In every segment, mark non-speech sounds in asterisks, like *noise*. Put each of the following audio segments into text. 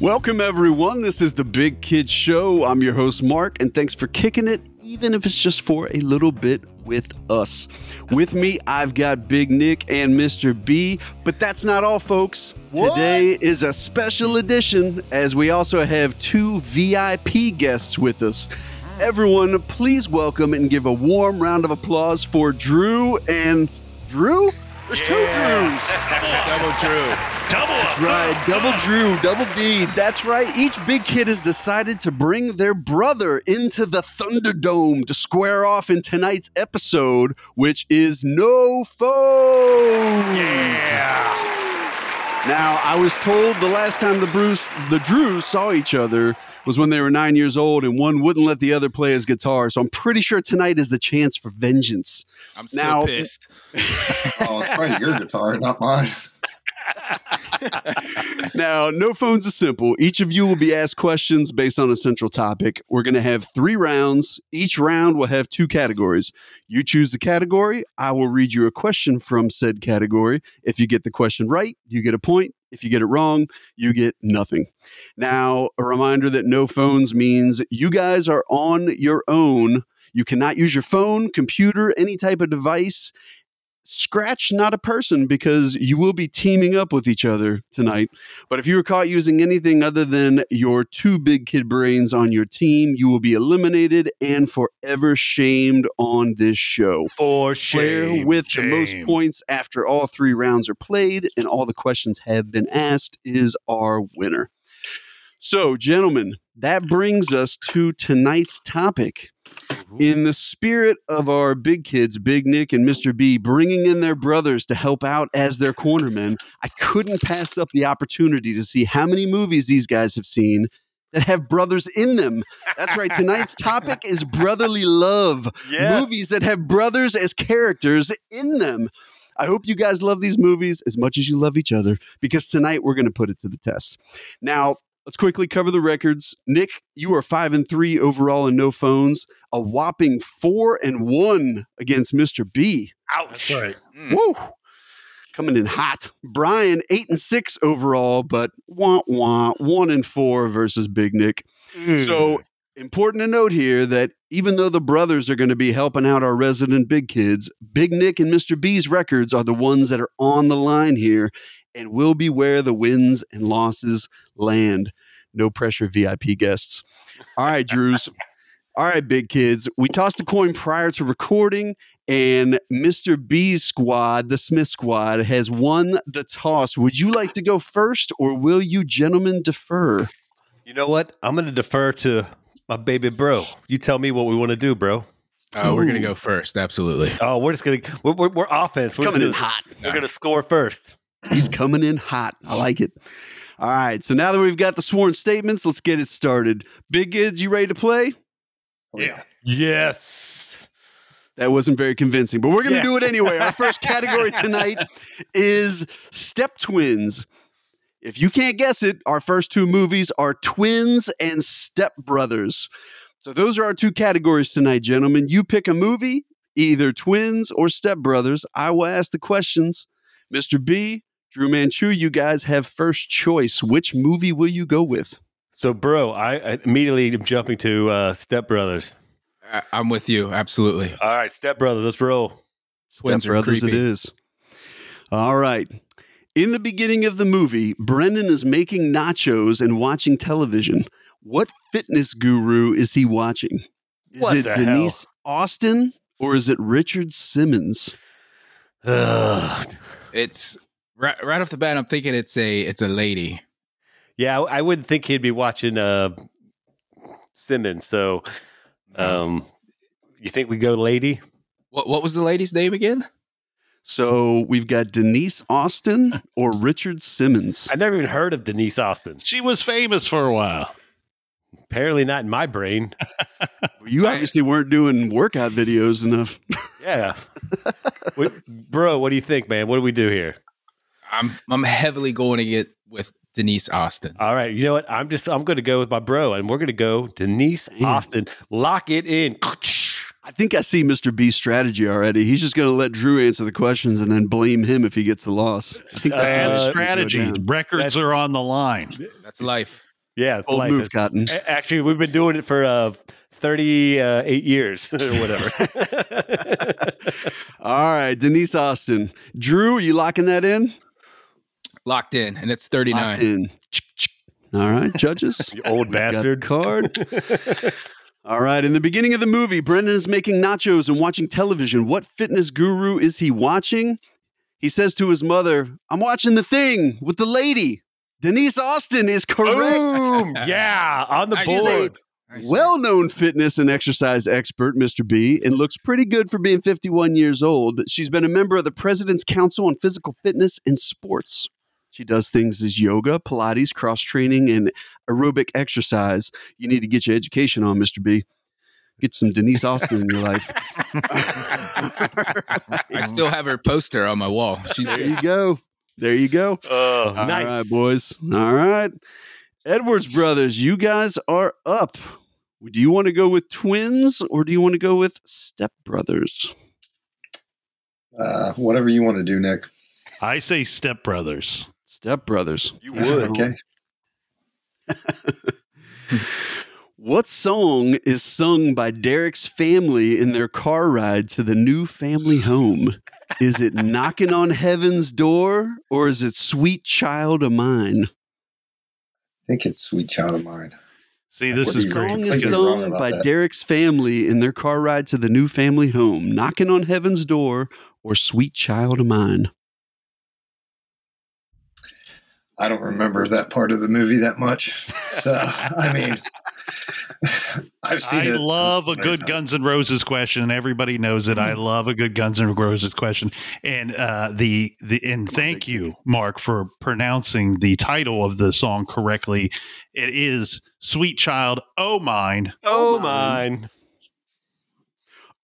Welcome, everyone. This is the Big Kids Show. I'm your host, Mark, and thanks for kicking it, even if it's just for a little bit with us. With me, I've got Big Nick and Mr. B, but that's not all, folks. What? Today is a special edition as we also have two VIP guests with us. Everyone, please welcome and give a warm round of applause for Drew and Drew? There's two Drews. Double Drew. Double up. Right, double Drew, double D. That's right. Each big kid has decided to bring their brother into the Thunderdome to square off in tonight's episode, which is no foes. Yeah. Now, I was told the last time the Bruce, the Drews saw each other was when they were nine years old, and one wouldn't let the other play his guitar. So I'm pretty sure tonight is the chance for vengeance. I'm still Now- pissed. Oh, it's probably your guitar, not mine. Now, no phones is simple. Each of you will be asked questions based on a central topic. We're going to have three rounds. Each round will have two categories. You choose the category. I will read you a question from said category. If you get the question right, you get a point. If you get it wrong, you get nothing. Now, a reminder that no phones means you guys are on your own. You cannot use your phone, computer, any type of device scratch not a person because you will be teaming up with each other tonight but if you are caught using anything other than your two big kid brains on your team you will be eliminated and forever shamed on this show For player with the most points. points after all three rounds are played and all the questions have been asked is our winner. So, gentlemen, that brings us to tonight's topic. In the spirit of our big kids, Big Nick and Mr. B, bringing in their brothers to help out as their cornermen, I couldn't pass up the opportunity to see how many movies these guys have seen that have brothers in them. That's right. Tonight's topic is brotherly love movies that have brothers as characters in them. I hope you guys love these movies as much as you love each other because tonight we're going to put it to the test. Now, let's quickly cover the records. Nick, you are 5 and 3 overall in no phones, a whopping 4 and 1 against Mr. B. Ouch. Right. Mm. Woo! Coming in hot. Brian, 8 and 6 overall, but wah wah 1 and 4 versus Big Nick. So important to note here that even though the brothers are going to be helping out our resident big kids, Big Nick and Mr. B's records are the ones that are on the line here and will be where the wins and losses land. No pressure, VIP guests. All right, Drews. All right, big kids. We tossed a coin prior to recording, and Mr. B's squad, the Smith squad, has won the toss. Would you like to go first, or will you gentlemen defer? You know what? I'm going to defer to my baby bro. You tell me what we want to do, bro. Uh, we're gonna Ooh. go first. Absolutely. Oh, we're just going to we're, we're, we're offense. We're just Coming in gonna- hot. We're going to score first. He's coming in hot. I like it. All right. So now that we've got the sworn statements, let's get it started. Big Gids, you ready to play? *laughs* Yeah. Yes. That wasn't very convincing, but we're going to Yeah. do it anyway. Our first category tonight is Step Twins. If you can't guess it, our first two movies are Twins and Step Brothers. So those are our two categories tonight, gentlemen. You pick a movie, either Twins or Step Brothers. I will ask the questions. Mr. B, Drew Manchu, you guys have first choice. Which movie will you go with? So, bro, I, I immediately am jumping to uh, Step Brothers. I- I'm with you. Absolutely. All right, Step Brothers, let's roll. Step Twins are Brothers it creepy. is. All right. In the beginning of the movie, Brendan is making nachos and watching television. What fitness guru is he watching? Is What it the hell? Denise Austin or is it Richard Simmons? Ugh. It's right, right off the bat. I'm thinking it's a it's a lady. Yeah, I, I wouldn't think he'd be watching uh, Simmons. So, um, you think we go lady? What what was the lady's name again? So we've got Denise Austin or Richard Simmons. I never even heard of Denise Austin. She was famous for a while. Apparently, not in my brain. You obviously weren't doing workout videos *laughs* enough. *laughs* Yeah. What- bro, what do you think, man? What do we do here? I'm I'm heavily going to get with Denise Austin. Uh, All right. You know what? I'm just, I'm going to go with my bro and we're going to go Denise Damn. Austin. Lock it in. I think I see Mr. B's strategy already. He's just going to let Drew answer the questions and then blame him if he gets the loss. I think what's Bad Bad gonna go strategy. down. Records that's- are on the line. That's life. Yeah, it's Old life. move, Cotton. A- Actually, we've been doing it for uh, 38 years *laughs* or *laughs* whatever. All right, Denise Austin. Drew, you locking that in? Locked in, and it's Locked 39. in. All right, judges. *laughs* you old Got the bastard. card. *laughs* All right. In the beginning of the movie, Brendan is making nachos and watching television. What fitness guru is he watching? He says to his mother, I'm watching the thing with the lady. Denise Austin is correct. Boom! *laughs* Yeah, on the Nice. She's a board. Nice. Well known fitness and exercise expert, Mr. B, and looks pretty good for being 51 years old. She's been a member of the President's Council on Physical Fitness and Sports. She does things as yoga, Pilates, cross training, and aerobic exercise. You need to get your education on, Mr. B. Get some Denise Austin in your life. I still have her poster on *laughs* my wall. She's There you go. There you go. uh, Oh, All nice. right, boys. All right. Edwards Brothers, you guys are up. Do you want to go with twins or do you want to go with stepbrothers? Uh, whatever you want to do, Nick. I say stepbrothers. Stepbrothers. You would. Okay. What song is sung by Derek's family in their car ride to the new family home? Is it Knocking on Heaven's Door or is it Sweet Child of Mine? I think it's Sweet Child of Mine. See, this What is song great. song I is think you're because- wrong sung about by that. Derek's family in their car ride to the new family home, knocking on heaven's door or sweet child of mine. I don't remember that part of the movie that much. So, I mean, *laughs* I've seen I it. love a many good times. Guns N' Roses question, and everybody knows it. I love a good Guns N' Roses question, and uh, the the and thank you, Mark, for pronouncing the title of the song correctly. It is "Sweet Child Oh Mine." Oh, mine. mine.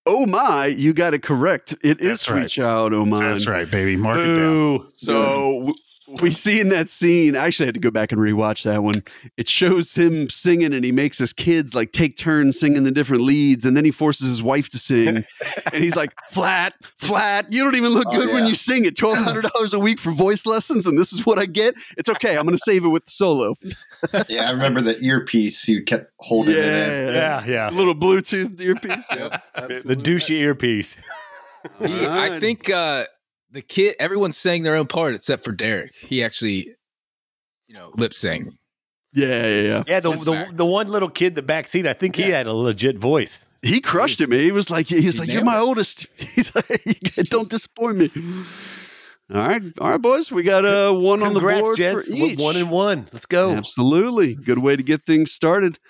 Oh my, you got it correct. It is That's sweet right. child of mine. That's right, baby. Mark it down. Boo. So w- we see in that scene, I actually had to go back and rewatch that one. It shows him singing and he makes his kids like take turns singing the different leads and then he forces his wife to sing. and he's *laughs* like, flat, flat. You don't even look Oh, good when yeah. you sing it. *clears throat* $1,200 a week for voice lessons and this is what I get. It's okay. I'm going to save it with the solo. Yeah, I remember that earpiece you kept holding it in. Yeah, yeah. Little Bluetooth earpiece. Yep. The douchey earpiece. He- I think uh, the kid, everyone sang their own part except for Derek. He actually, you know, lip sang. Yeah, yeah, yeah. Yeah, the, Yes. the, the one little kid in the back seat, I think he Yeah. had a legit voice. He crushed it, man. He was like, he's He like, you're nailed my it. oldest. *laughs* He's like, *laughs* don't disappoint me. All right, all right, boys. We got uh, one on the Congrats, board gents. for W- each. One and one. Let's go. Absolutely, good way to get things started.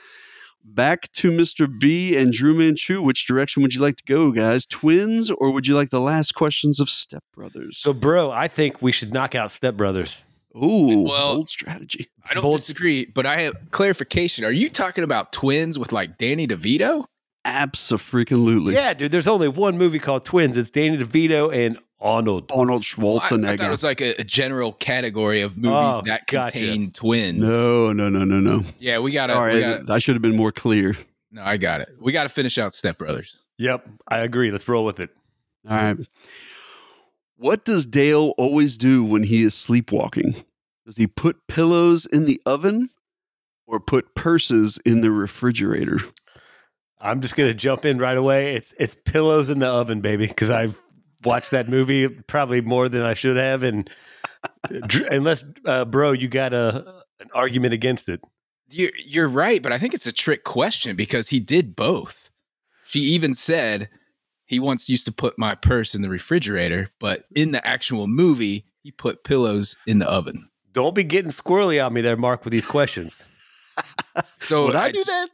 Back to Mr. B and Drew Manchu. Which direction would you like to go, guys? Twins, or would you like the last questions of Step Brothers? So, bro, I think we should knock out Step Brothers. Ooh, Well- bold strategy. I don't Bold- disagree, but I have clarification. Are you talking about twins with like Danny DeVito? Absolutely. Yeah, dude. There's only one movie called Twins. It's Danny DeVito and Arnold. Arnold I, I Schwarzenegger. thought it was like a, a general category of movies Oh, that gotcha. contain twins. no, no, no, no, no. Yeah, we gotta, All we right, gotta I should have been more clear. no, I got it. We gotta finish out Step Brothers. Yep, I agree. Let's roll with it. All right. What does Dale always do when he is sleepwalking? Does he put pillows in the oven or put purses in the refrigerator? I'm just gonna jump in right away. It's it's pillows in the oven, baby, because I've watched that movie probably more than I should have, and Dr- unless, uh, bro, you got a an argument against it. You're, you're right, but I think it's a trick question because he did both. She even said he once used to put my purse in the refrigerator, but in the actual movie, he put pillows in the oven. Don't be getting squirrely on me there, Mark, with these questions. So Oh, Would I I- do that?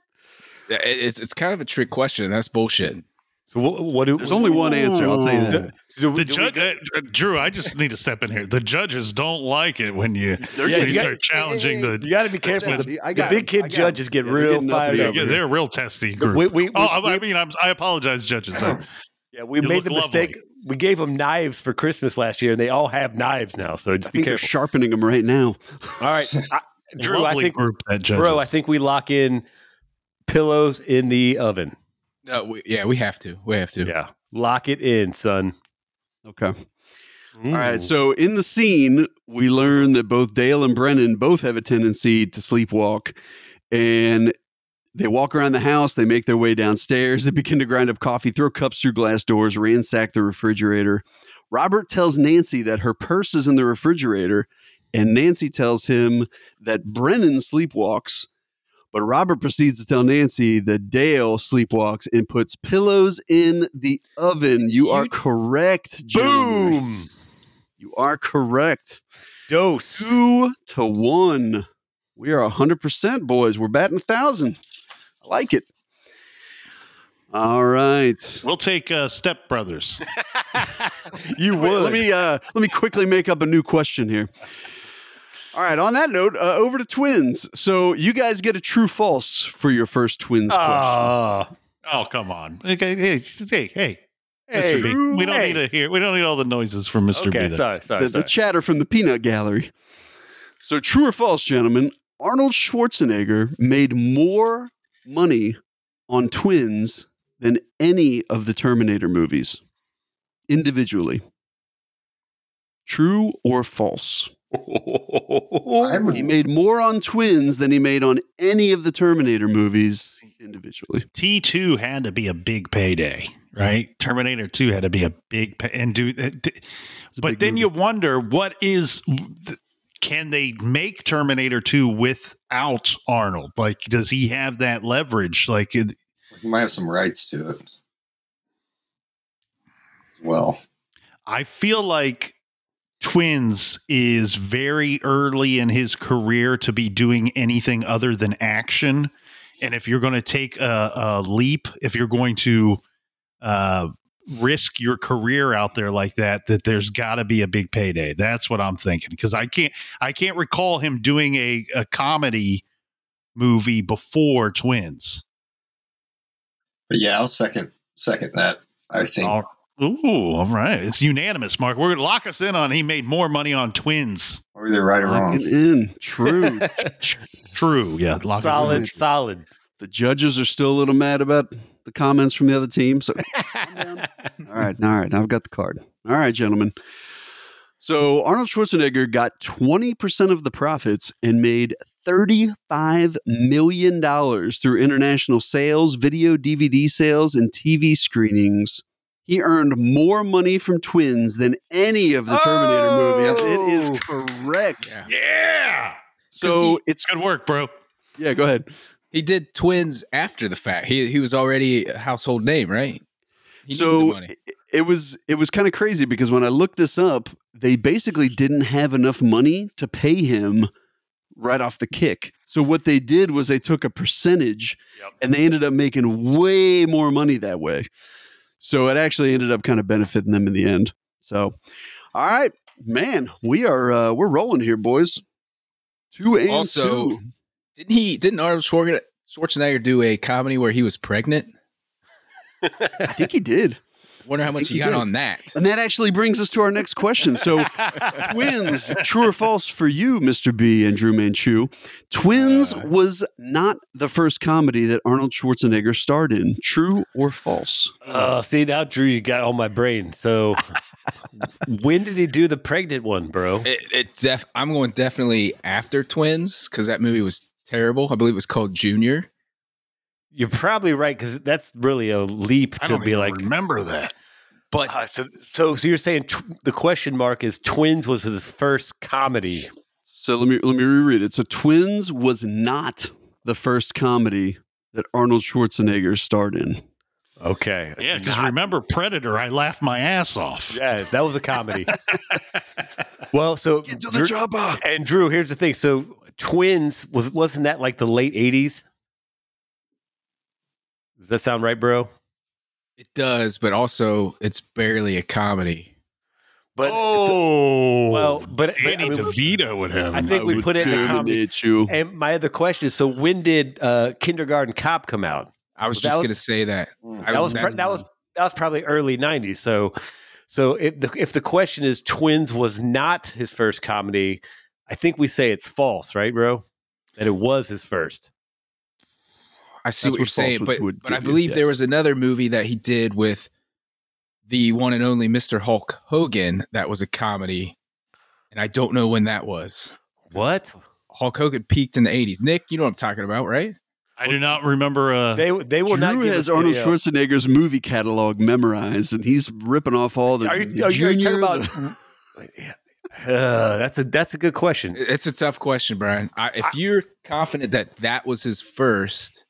It's it's kind of a trick question. That's bullshit. So what? what do, There's only one answer, I'll tell you that. So do The we- do we judge, go- uh, Drew. I just need to step in here. The judges don't like it when you, They're when Yeah, you you got- start challenging you the. got to be careful. The, See, I the got big it. I kid got judges it. get Yeah, they're real getting up fired in up. the Yeah, they're a real testy We, group. we, we, oh, I, we- I mean, I'm, I apologize, judges. I- yeah, we you made the look lovely. mistake. We gave them knives for Christmas last year, and they all have knives now. So I just be think they're careful. sharpening them right now. All right, *laughs* I, Drew. I lovely think group that judges. Bro, I think we lock in pillows in the oven. No, we, yeah, we have to. We have to. Yeah. Lock it in, son. Okay. All right. Mm. So in the scene, we learn that both Dale and Brennan both have a tendency to sleepwalk, and they walk around the house. They make their way downstairs. *laughs* They begin to grind up coffee, throw cups through glass doors, ransack the refrigerator. Robert tells Nancy that her purse is in the refrigerator, and Nancy tells him that Brennan sleepwalks. But Robert proceeds to tell Nancy that Dale sleepwalks and puts pillows in the oven. You, are You- correct, gentlemen. boom, You are correct. dose. Two to one. We are 100%, boys. We're batting a 1,000. I like it. All right. We'll take uh, Step Brothers. *laughs* You Wait, would. let me uh, let me quickly make up a new question here. All right. On that note, uh, over to twins. So you guys get a true false for your first twins question. Ah, Oh, come on. Okay, hey, hey, hey. hey, Mr. B. We don't hey. need to hear. We don't need all the noises from Mr. Okay, B. there. sorry, sorry, The, the sorry. *laughs* chatter from the peanut gallery. So true or false, gentlemen? Arnold Schwarzenegger made more money on twins than any of the Terminator movies individually. True or false? I would- He made more on twins than he made on any of the Terminator movies individually. T2 had to be a big payday, right? Terminator 2 had to be a big pay- and do uh, d- a but big then movie. you wonder what is th- can they make Terminator 2 without Arnold? Like does he have that leverage? Like it- You might have some rights to it. as Well, I feel like Twins is very early in his career to be doing anything other than action. And if you're going to take a, a leap, if you're going to uh, risk your career out there like that, that there's got to be a big payday. That's what I'm thinking because I can't I can't recall him doing a, a comedy movie before Twins. but yeah, I'll second second that. I think All- Ooh, all right, it's unanimous, Mark. We're gonna lock us in on he made more money on Twins. whether they're right or Locking wrong. in. *laughs* *laughs* True. True. Yeah. Lock us in. solid, solid. the judges are still a little mad about the comments from the other team. So *laughs* All right, all right. I've got the card. All right, gentlemen. So Arnold Schwarzenegger got 20% of the profits and made $35 million through international sales, video DVD sales, and TV screenings. He earned more money from twins than any of the Terminator movies. It is correct. Yeah. Yeah. So it's Good work, bro. yeah, go ahead. He did twins after the fact. He he was already a household name, right? He needed the so money. it, it was it was kind of crazy because when I looked this up, they basically didn't have enough money to pay him right off the kick. So what they did was they took a percentage Yep. and they ended up making way more money that way. So it actually ended up kind of benefiting them in the end. So all right, man, we are uh we're rolling here, boys. Two and Also- two. didn't he? Didn't Arnold Schwarzenegger, Schwarzenegger do a comedy where he was pregnant? I think he did. Wonder how I much think he he got did. on that. And that actually brings us to our next question. *laughs* So *laughs* Twins, true or false for you, Mr. B and Drew Manchu? Twins Uh. was not the first comedy that Arnold Schwarzenegger starred in. True or false? Oh, see now, Drew, you got all my brain. So, when did he do the pregnant one, bro? It, it def. I'm going definitely after twins because that movie was terrible. I believe it was called Junior. You're probably right because that's really a leap I to don't be even like. remember that. But Ah, so, so, so you're saying tw- the question mark is Twins was his first comedy? So let me let me reread it. So Twins was not the first comedy that Arnold Schwarzenegger starred in. Okay, Yeah, because Not- remember Predator? I laughed my ass off. yeah, that was a *laughs* comedy. well, so Drew- chopper. and Drew, here's the thing. So Twins was wasn't that like the late '80s? Does that sound right, bro? it does. But also, it's barely a comedy. But oh, so- well, but, but I Danny mean, DeVito would have. I it. think we put it in the com- you. And my other question is: So when did uh, Kindergarten Cop come out? I was That just was- gonna say that. Mm. I That was that's- pr- that was that was probably early '90s. So, so if the if the question is Twins was not his first comedy, I think we say it's false, right, bro? That it was his first. I see That's what you're what false saying, would- but would but I give you, believe there yes. was another movie that he did with the one and only Mr. Hulk Hogan. That was a comedy, and I don't know when that was. What? Hulk Hogan peaked in the '80s. Nick, you know what I'm talking about, right? I do not remember. Uh, They they will not Drew give has us uh, Arnold video. Schwarzenegger's movie catalog memorized, and he's ripping off all the. Are the you, are you, are you junior, talking about? the- *laughs* Uh, that's a that's a good question. It- It's a tough question, Brian. I, if you're confident that that was his first,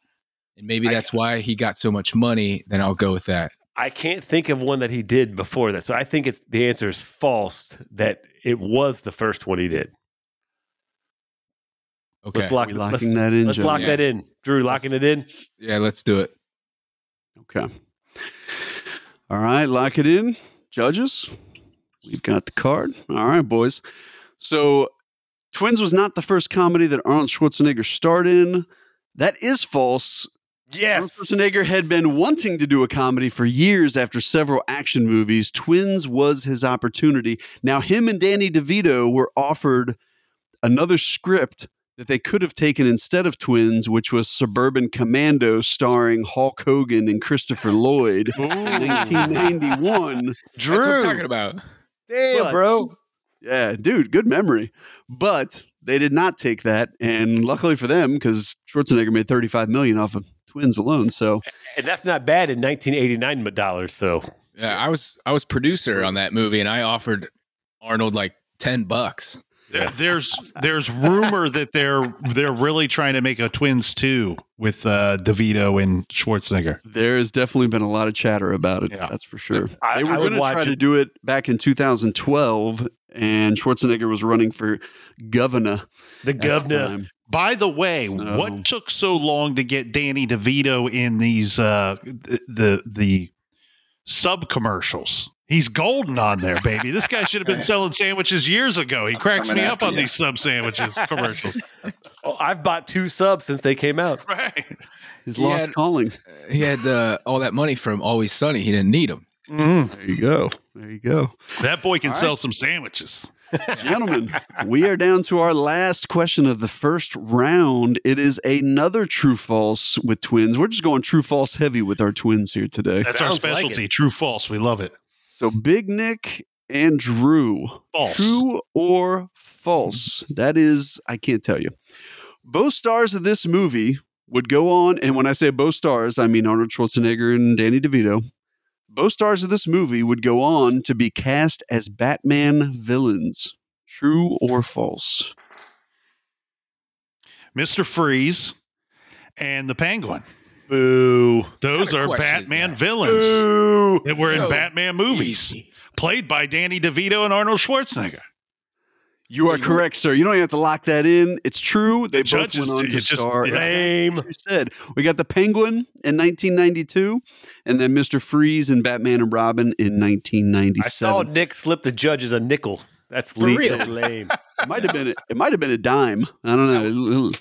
and maybe I- that's why he got so much money, then I'll go with that. I can't think of one that he did before that. So I think it's the answer is false that it was the first one he did. Okay. Let's lock Are we let's, locking that in, let's lock John? that in. Drew locking it in. yeah, let's do it. Okay. All right, lock it in, judges. We've got the card. All right, boys. So, Twins was not the first comedy that Arnold Schwarzenegger starred in. That is false. Arnold Schwarzenegger had been wanting to do a comedy for years after several action movies. Twins was his opportunity. Now, him and Danny DeVito were offered another script that they could have taken instead of Twins, which was Suburban Commando, starring Hulk Hogan and Christopher Lloyd. Ooh. *laughs* 1991. Drew. That's what I'm talking about. Damn, But- bro. Yeah, dude, good memory. But they did not take that, and luckily for them, because Schwarzenegger made 35 million off of Twins alone. So And that's not bad in 1989 dollars. So Yeah, I was I was producer on that movie, and I offered Arnold like ten bucks. there- there's there's rumor that they're they're really trying to make a twins two with uh, DeVito and Schwarzenegger. There has definitely been a lot of chatter about it. Yeah. That's for sure. I- they were I would going to watch try it. to do it back in 2012, and Schwarzenegger was running for governor. the at the governor. time. By the way, So- what took so long to get Danny DeVito in these uh, the, the the sub commercials? He's golden on there, baby. This guy should have been selling sandwiches years ago. He cracks Coming me up after on you. these sub sandwiches commercials. Oh, I've bought two subs since they came out. Right. His He lost had- calling. Uh, He had uh, all that money from Always Sunny. He didn't need him. There you go. There you go. That boy can All right. sell some sandwiches. Gentlemen, we are down to our last question of the first round. It is another true false with twins. We're just going true false heavy with our twins here today. That's our Sounds like specialty. True, false. We love it. So, Big Nick and Drew. False. True or false? That is, I can't tell you. Both stars of this movie would go on, and when I say both stars, I mean Arnold Schwarzenegger and Danny DeVito. Both stars of this movie would go on to be cast as Batman villains. True or false? Mr. Freeze and the Penguin. Boo. Those Kinda are question is Batman that? villains Boo. that were in So Batman movies, Easy. played by Danny DeVito and Arnold Schwarzenegger. You So are you- correct, sir. You don't even have to lock that in. It's true. They The both judges went on do. to It's just- star. yeah. Lame. You said we got the Penguin in 1992, and then Mister Freeze and Batman and Robin in 1997. I saw Nick slip the judges a nickel. That's For real? legal lame. It might have been a, it might have been a dime. I don't know. It- it-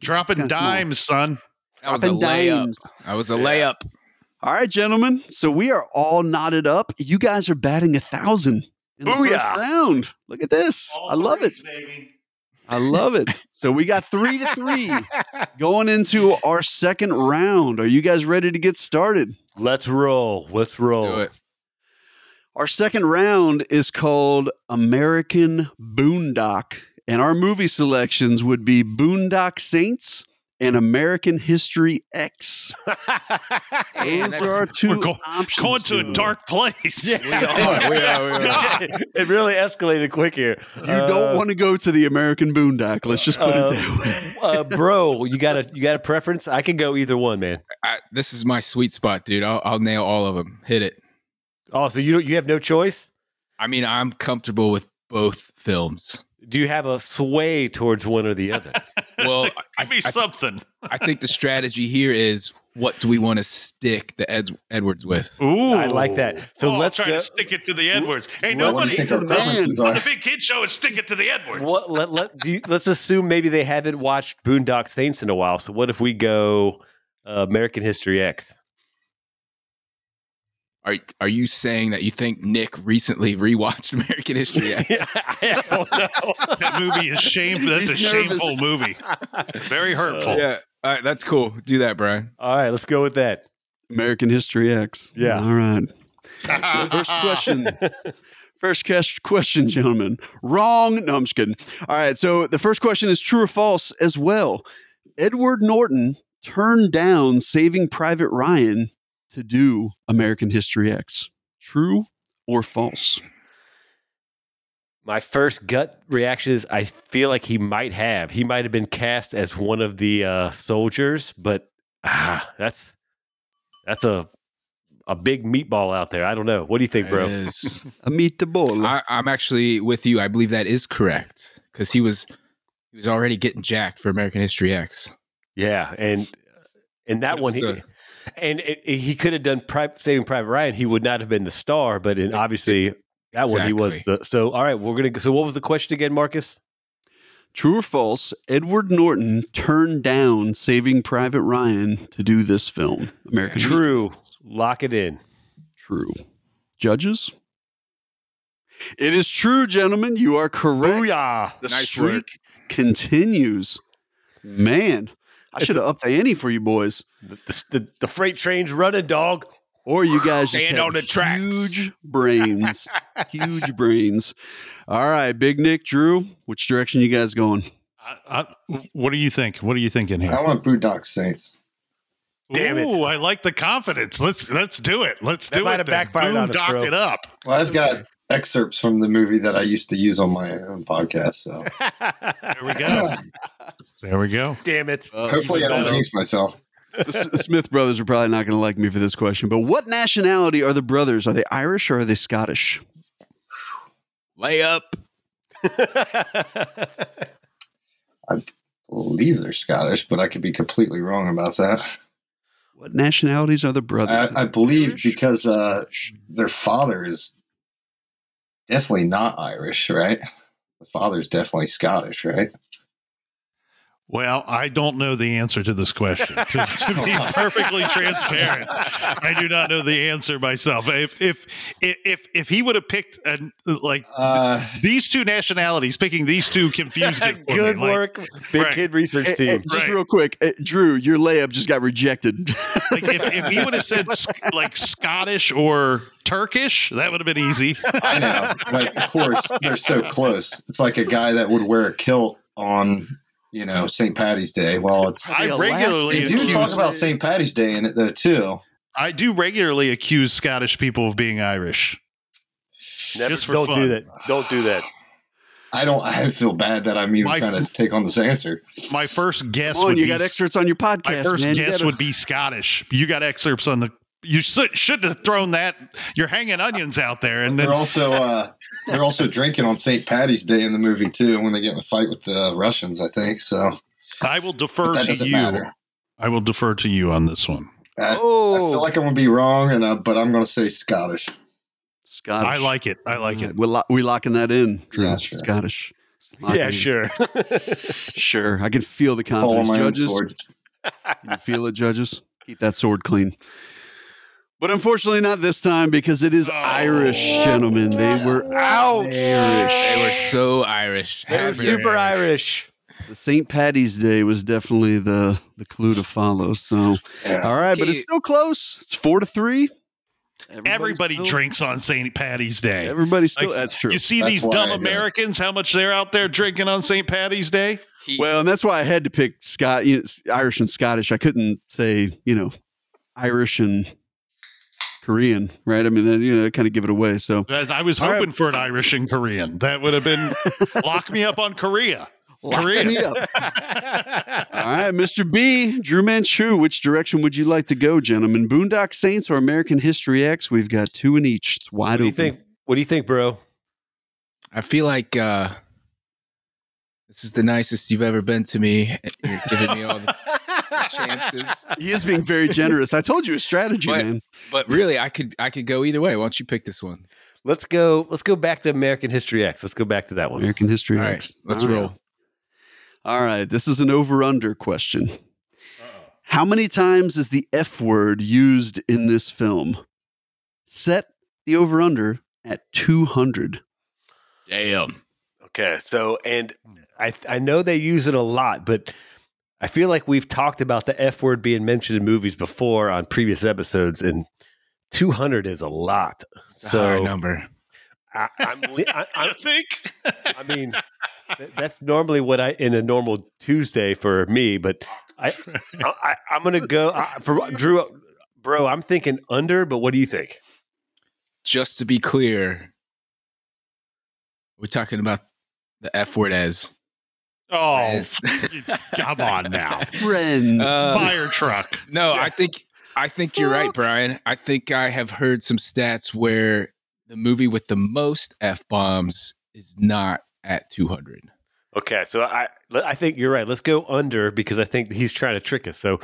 Dropping Kinda small. dimes, son. That was a dropping layup. dimes. That was a Yeah. layup. All right, gentlemen. So we are all knotted up. You guys are batting a thousand in the Booyah. first round. Look at this. I love it. I love it. So we got three to three going into our second round. Are you guys ready to get started? Let's roll. Let's roll. Do *laughs* it. Our second round is called American Boondock, and our movie selections would be Boondock Saints and American History X. Those Man, that's- are our two We're go- options. Going to a here. dark place. Yeah. We are. We are. *laughs* We are. it really escalated quick here. You don't want to go to the American Boondock. Let's just put uh, it that way. uh, bro, you got a you got a preference? I could go either one, man. I, this is my sweet spot, dude. I'll, I'll nail all of them. Hit it. Oh, so you don't- you have no choice? I mean, I'm comfortable with both films. Do you have a sway towards one or the other? *laughs* Well, I, *laughs* Give me I- something. I think the strategy here is what do we want to stick the Ed, Edwards with? Ooh. I like that. So oh, let's try go. to stick it to the Edwards. Hey, Well, what do nobody you think the our preferences *laughs* on are? the Big Kid Show is stick it to the Edwards. What, let, let, do you, let's assume maybe they haven't watched Boondock Saints in a while. So what if we go uh, American History *laughs* X? Are are you saying that you think Nick recently rewatched *laughs* American History X? I don't *laughs* know. *laughs* That movie is shameful. *laughs* That's a He's shameful movie. Very hurtful. yeah. All right, that's cool. Do that, Brian. All right, let's go with that. American History X. Yeah. All right. *laughs* First question. First cash question, gentlemen. Wrong. No, I'm just kidding. All right. So the first question is true or false as well. Edward Norton turned down Saving Private Ryan to do American History X. True or false? My first gut reaction is I feel like he might have. He might have been cast as one of the uh, soldiers, but ah, that's that's a a big meatball out there. I don't know. What do you think, bro? It is. A meet the bull. I, I'm actually with you. I believe that is correct because he was he was already getting jacked for American History X. Yeah, and and that But one, it he, was and it, it- he could have done pri- Saving Private Ryan. He would not have been the star, but in, obviously that one he was. Exactly. The, so all right, we're gonna. So what was the question again, Marcus? True or false? Edward Norton turned down Saving Private Ryan to do this film. American History True. Lock it in. True. Judges? It is true, gentlemen. You are correct. Booyah! The Nice streak work. continues. Man, I It's should have upped the ante for you boys. The, the, the, the freight train's running, dog. *laughs* Or you guys just Stand have on the tracks. huge *laughs* brains. huge brains. All right, Big Nick, Drew, which direction you guys going? I, I, what do you think? What are you thinking here? I want Boondock Saints. Oh, Damn it. Ooh, I like the confidence. Let's let's do it. Let's That do might it. have then. backfired on us, Boondock bro. it up. Well, I've got excerpts from the movie that I used to use on my own podcast. So There *laughs* we go. there we go. *laughs* Damn it. Uh, hopefully I don't jinx myself. the, S- the Smith brothers are probably not going to like me for this question, but what nationality are the brothers? Are they Irish or are they Scottish? layup. believe they're Scottish, but I could be completely wrong about that. What nationalities are the brothers? I, Is I it believe Irish? because uh, their father is definitely not Irish, right? The father's definitely Scottish, right? Well, I don't know the answer to this question. To, to *laughs* be perfectly transparent, I do not know the answer myself. If if if if, if he would have picked an, like Uh, these two nationalities, picking these two *laughs* confused it for Good me. Like, work, big Right. kid research Eh, eh, team. just Right. real quick, eh, Drew, your layup just got rejected. Like if, if he would have said sc- like Scottish or Turkish, that would have been *laughs* easy. I know, but of course they're so close. It's like a guy that would wear a kilt on, you know, St. Patty's Day. Well, it's I The regularly they Alaskan do talk accuse, about St. Patty's Day in it though too. I do regularly accuse Scottish people of being Irish. Never, Just for don't do fun. that. Don't do that. I don't. I feel bad that I'm even My- trying to take on this answer. My first guess Come on, would you be got excerpts on your My podcast, first man. You guess gotta- would be Scottish. You got excerpts on the. You should, should have thrown that. You're hanging onions out there, and then they're also uh, they're also drinking on St. Patty's Day in the movie too when they get in a fight with the Russians. I think so. I will defer But that to doesn't you. matter. I will defer to you on this one. I, I Oh, feel like I'm gonna be wrong, and uh, but I'm gonna say Scottish. Scottish. I like it. I like it. We're, lo- we locking that in, Drew. Yeah, sure. Scottish. Lock it yeah, in. sure. Sure. I can feel the Follow confidence. my own Uh, Judges, sword. *laughs* You can feel it, judges. Keep that sword clean. But unfortunately, not this time because it is Oh. Irish, gentlemen. They were Ouch. Irish. They were so Irish. They were Happy super Irish. The St. Patty's Day was definitely the the clue to follow. So, Yeah. all right, but it's Hey. still close. It's four to three. Everybody's Everybody still- drinks on St. Patty's Day. Everybody still. Like, that's true. You see That's these why dumb I do it. Americans, how much they're out there drinking on St. Patty's Day? He- Well, and that's why I had to pick Scott, you know, s- Irish and Scottish. I couldn't say, you know, Irish and Korean, right? I mean, that, you know, kind of give it away. So Guys, I was All right. hoping for an Irish and Korean. That would *laughs* have been lock me up on Korea. Lock me Korea. up. *laughs* All right, Mr. B, Drew Manchu, which direction would you like to go, gentlemen? Boondock Saints or American History X? We've got two in each. It's wide What do you open. think? What do you think, bro? I feel like uh, this is the nicest you've ever been to me. You're giving me all *laughs* the chances, He is being very generous. I told you a strategy, What? man. but really, I could I could go either way. Why don't you pick this one? Let's go. Let's go back to American History X. Let's go back to that one. American History All right, X. let's All right. roll. All right, this is an over under question. How many times is the F word used in this film? Set the over under at 200. Damn. Okay. So, and I I know they use it a lot, but I feel like we've talked about the F word being mentioned in movies before on previous episodes, and 200 is a lot. It's a higher So number. I, I'm, li- I, I I, think. I mean, th- that's normally what I in a normal Tuesday for me, but I, I, I I'm gonna go I, for Drew, bro. I'm thinking under, but what do you think? Just to be clear, we're talking about the F word as oh, come *laughs* on now. Friends. Uh, Fire truck. No, I think I think you're right, Brian. I think I have heard some stats where the movie with the most f bombs is not at 200. Okay, so I I think you're right. Let's go under because I think he's trying to trick us. So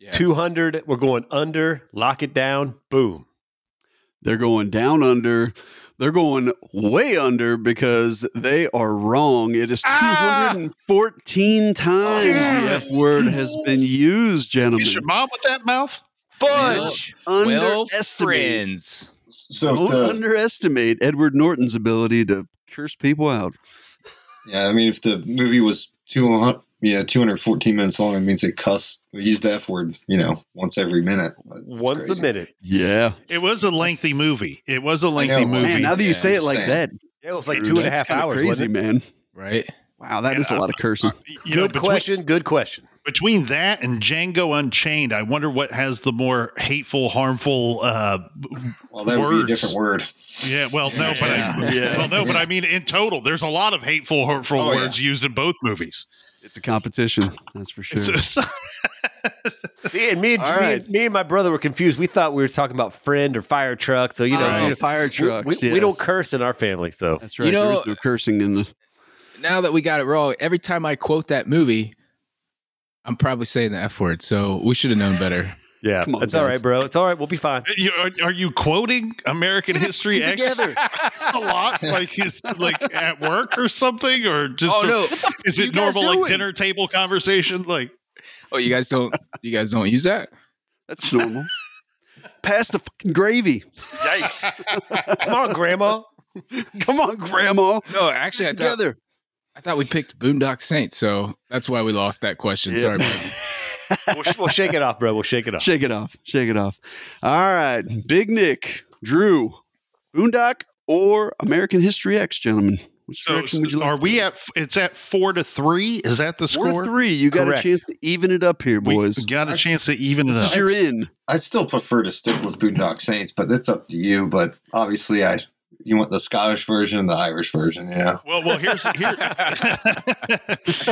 Yes. 200, we're going under. Lock it down. Boom. They're going down under. They're going way under because they are wrong. It is Ah! 214 times the F word has been used, gentlemen. *laughs* Is your mom with that mouth? Fudge! Well, underestimate. friends. So uh, if Don't the underestimate Edward Norton's ability to curse people out. yeah, I mean, if the movie was two hundred yeah two hundred fourteen minutes long, it means they cuss they use the f word you know once every minute. That's Once crazy. a minute. Yeah. It was a lengthy That's- movie. It was a lengthy know, movie. Man, now that you Yeah, say it like same. that, Yeah, it was like Dude, two and a that's half kinda hours. Crazy, wasn't it? man. Right? Wow, that And is a I- lot of cursing. You know, Good between- question. Good question. between that and Django Unchained, I wonder what has the more hateful, harmful. Uh, Well, that would be a Words. different word. yeah, well, no, but I, Yeah. well, no, but I mean, in total, there's a lot of hateful, hurtful Oh, yeah. words used in both movies. It's a competition, that's for sure. So- *laughs* so- See, and me and, All me, right. and me and my brother were confused. We thought we were talking about friend or fire truck. So you know, Oh, you know, fire trucks. we, we yes. don't curse in our family. So That's right. You there know- is no cursing in the. Now that we got it wrong, every time I quote that movie, I'm probably saying the F word, so we should have known better. yeah, Come on, it's all guys. right, bro. It's all right. We'll be fine. *laughs* you- are, are you quoting American History X a lot? Like it's like at work or something, or just Oh, no. is you it guys normal like doing? dinner table conversation? Like Oh, you guys don't you guys don't use that? That's normal. Pass the fucking gravy. Come on, Grandma. Come on, Grandma. No, actually I thought, Together. I thought we picked Boondock Saints, so that's why we lost that question. Yeah. *laughs* Sorry. Brian. We'll, we'll shake it off, bro. We'll shake it off. Shake it off. Shake it off. All right. Big Nick, Drew, Boondock, or American History X, gentlemen. Which so, direction would you like? are to we go? at? f- It's at four to three. Is that the Four score? three. You got Correct. a chance to even it up here, We boys. got a chance to even it This up. is your in. I still prefer to stick with Boondock Saints, but that's up to you. But obviously, I you want the Scottish version and the Irish version, you know? Well, *laughs* well, here's here, *laughs*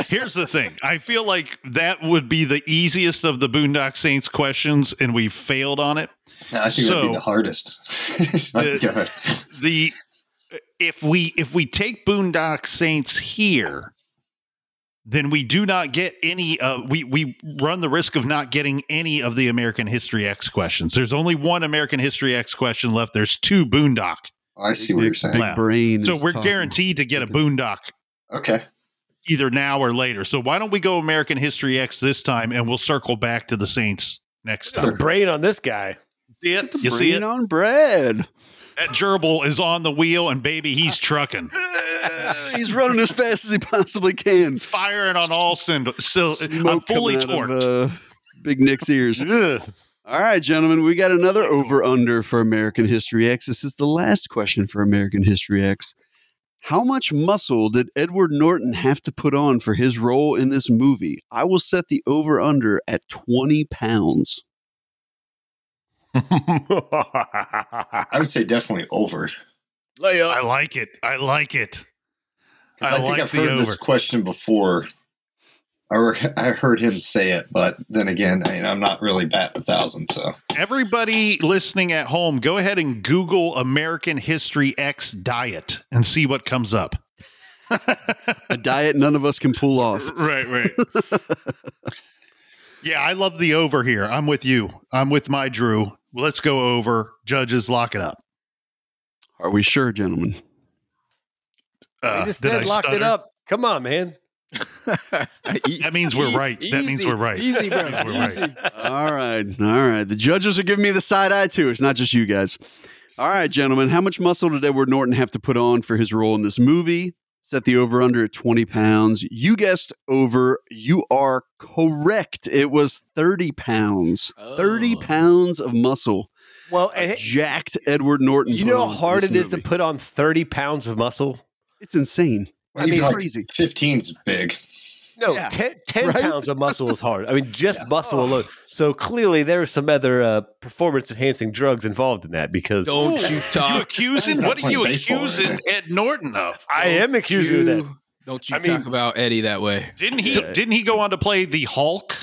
here's the thing. I feel like that would be the easiest of the Boondock Saints questions, and we failed on it. And I think that'd So- be the hardest. *laughs* Uh, Go ahead. The if we if we take Boondock Saints here, then we do not get any. Uh, we we run the risk of not getting any of the American History X questions. There's only one American History X question left. There's two Boondock, Oh, I see Big what you're Nick's saying. Big brain. so is we're talking. guaranteed to get a Boondock Okay. either now or later. So why don't we go American History X this time and we'll circle back to the Saints next The time. brain on this *laughs* guy. See it? You Brain see it? on bread. *laughs* That gerbil is on the wheel and baby, he's trucking. He's running as fast as he possibly can. Firing on all cylinders. So I'm Smoke fully coming out torqued. of, uh, Big Nick's ears. *laughs* Ugh. All right, gentlemen, we got another over under for American History X. This is the last question for American History X. How much muscle did Edward Norton have to put on for his role in this movie? I will set the over under at 20 pounds. I would say definitely over. 'Cause uh, I like it. I like it. I I, think like I've the heard this over. question before. I, re- I heard him say it, but then again, I, I'm not really batting a thousand. So Everybody listening at home, go ahead and Google American History X diet and see what comes up. A diet none of us can pull off. Right, right. *laughs* yeah, I love the over here. I'm with you. I'm with my Drew. Let's go over. Judges, lock it up. Are we sure, gentlemen? I Uh, just did said I locked it stutter? up. Come on, man. *laughs* That means we're right. That means we're right. Easy, bro. That means we're Easy. All right. All right. The judges are giving me the side eye, too. It's not just you guys. All right, gentlemen. How much muscle did Edward Norton have to put on for his role in this movie? Set the over under at 20 pounds. You guessed over. You are correct. It was 30 pounds. 30 Oh. pounds of muscle. Well, A and it- jacked Edward Norton. you put know how on hard this it is to movie. put on 30 pounds of muscle? It's insane. Well, I mean, even like crazy. 15's big. No, Yeah. 10, 10 Right? pounds of muscle is hard. *laughs* I mean, just Yeah. muscle Oh. alone. So clearly there are some other uh, performance enhancing drugs involved in that because Don't *laughs* you You talk. He's accusing? not What are you playing baseball, accusing right? Ed Norton of? I am accusing you of that. You- Don't you I mean- talk about Eddie that way. Didn't he? Yeah. Didn't he go on to play the Hulk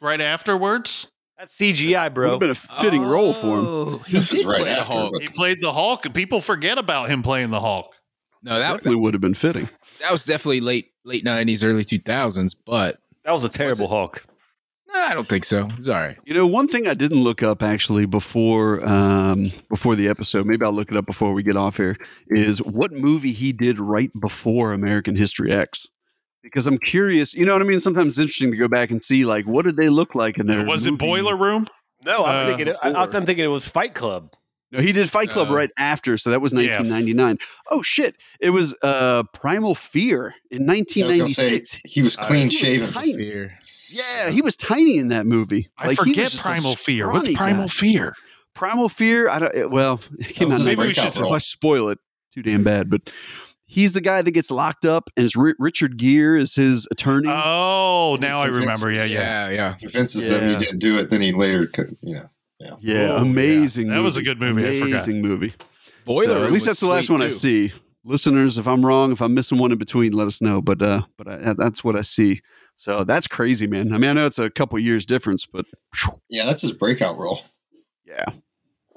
right afterwards? That's CGI, Would bro. have been a fitting role for him. Oh, He This was did right play the after, Hulk. but- He played the Hulk. People forget about him playing the Hulk. No, that, Definitely would have been fitting. that was definitely late late nineties, early two thousands. But That was a terrible Hulk. nah, I don't think so. It was all right. You know, one thing I didn't look up actually before um, before the episode. Maybe I'll look it up before we get off here. Is what movie he did right before American History X? Because I'm curious. You know what I mean? Sometimes it's interesting to go back and see like what did they look like in their Was it movie. Boiler Room? No, I'm Uh, thinking. I, before. I'm thinking it was Fight Club. No, he did Fight Club Oh. right after, so that was Yeah. 1999. Oh shit! It was uh, Primal Fear in I was gonna say 1996. he was He clean was shaven. tiny. Fear. Yeah, he was tiny in that movie. I Like, he was forget just a Primal Fear. What's scrawny Primal guy. Fear? Primal Fear? I don't. It, well, *laughs* it came was out. his in Maybe we breakout should- If role. I spoil it, too damn bad. But he's the guy that gets locked up, and it's Ri- Richard Gere is his attorney. Oh, He now I convinces- remember. Yeah, yeah. Yeah, yeah. convinces them he Yeah. didn't do it. Then he later, co- you know, yeah, Oh, amazing. yeah. That was a good movie, I forgot. Amazing movie. Boiler. So, at Room least was that's the last sweet, one I too. *laughs* see. Listeners, if I'm wrong, if I'm missing one in between, let us know. But uh, but I, that's what I see. So that's crazy, man. I mean, I know it's a couple years difference, but phew, yeah, that's his breakout role. yeah,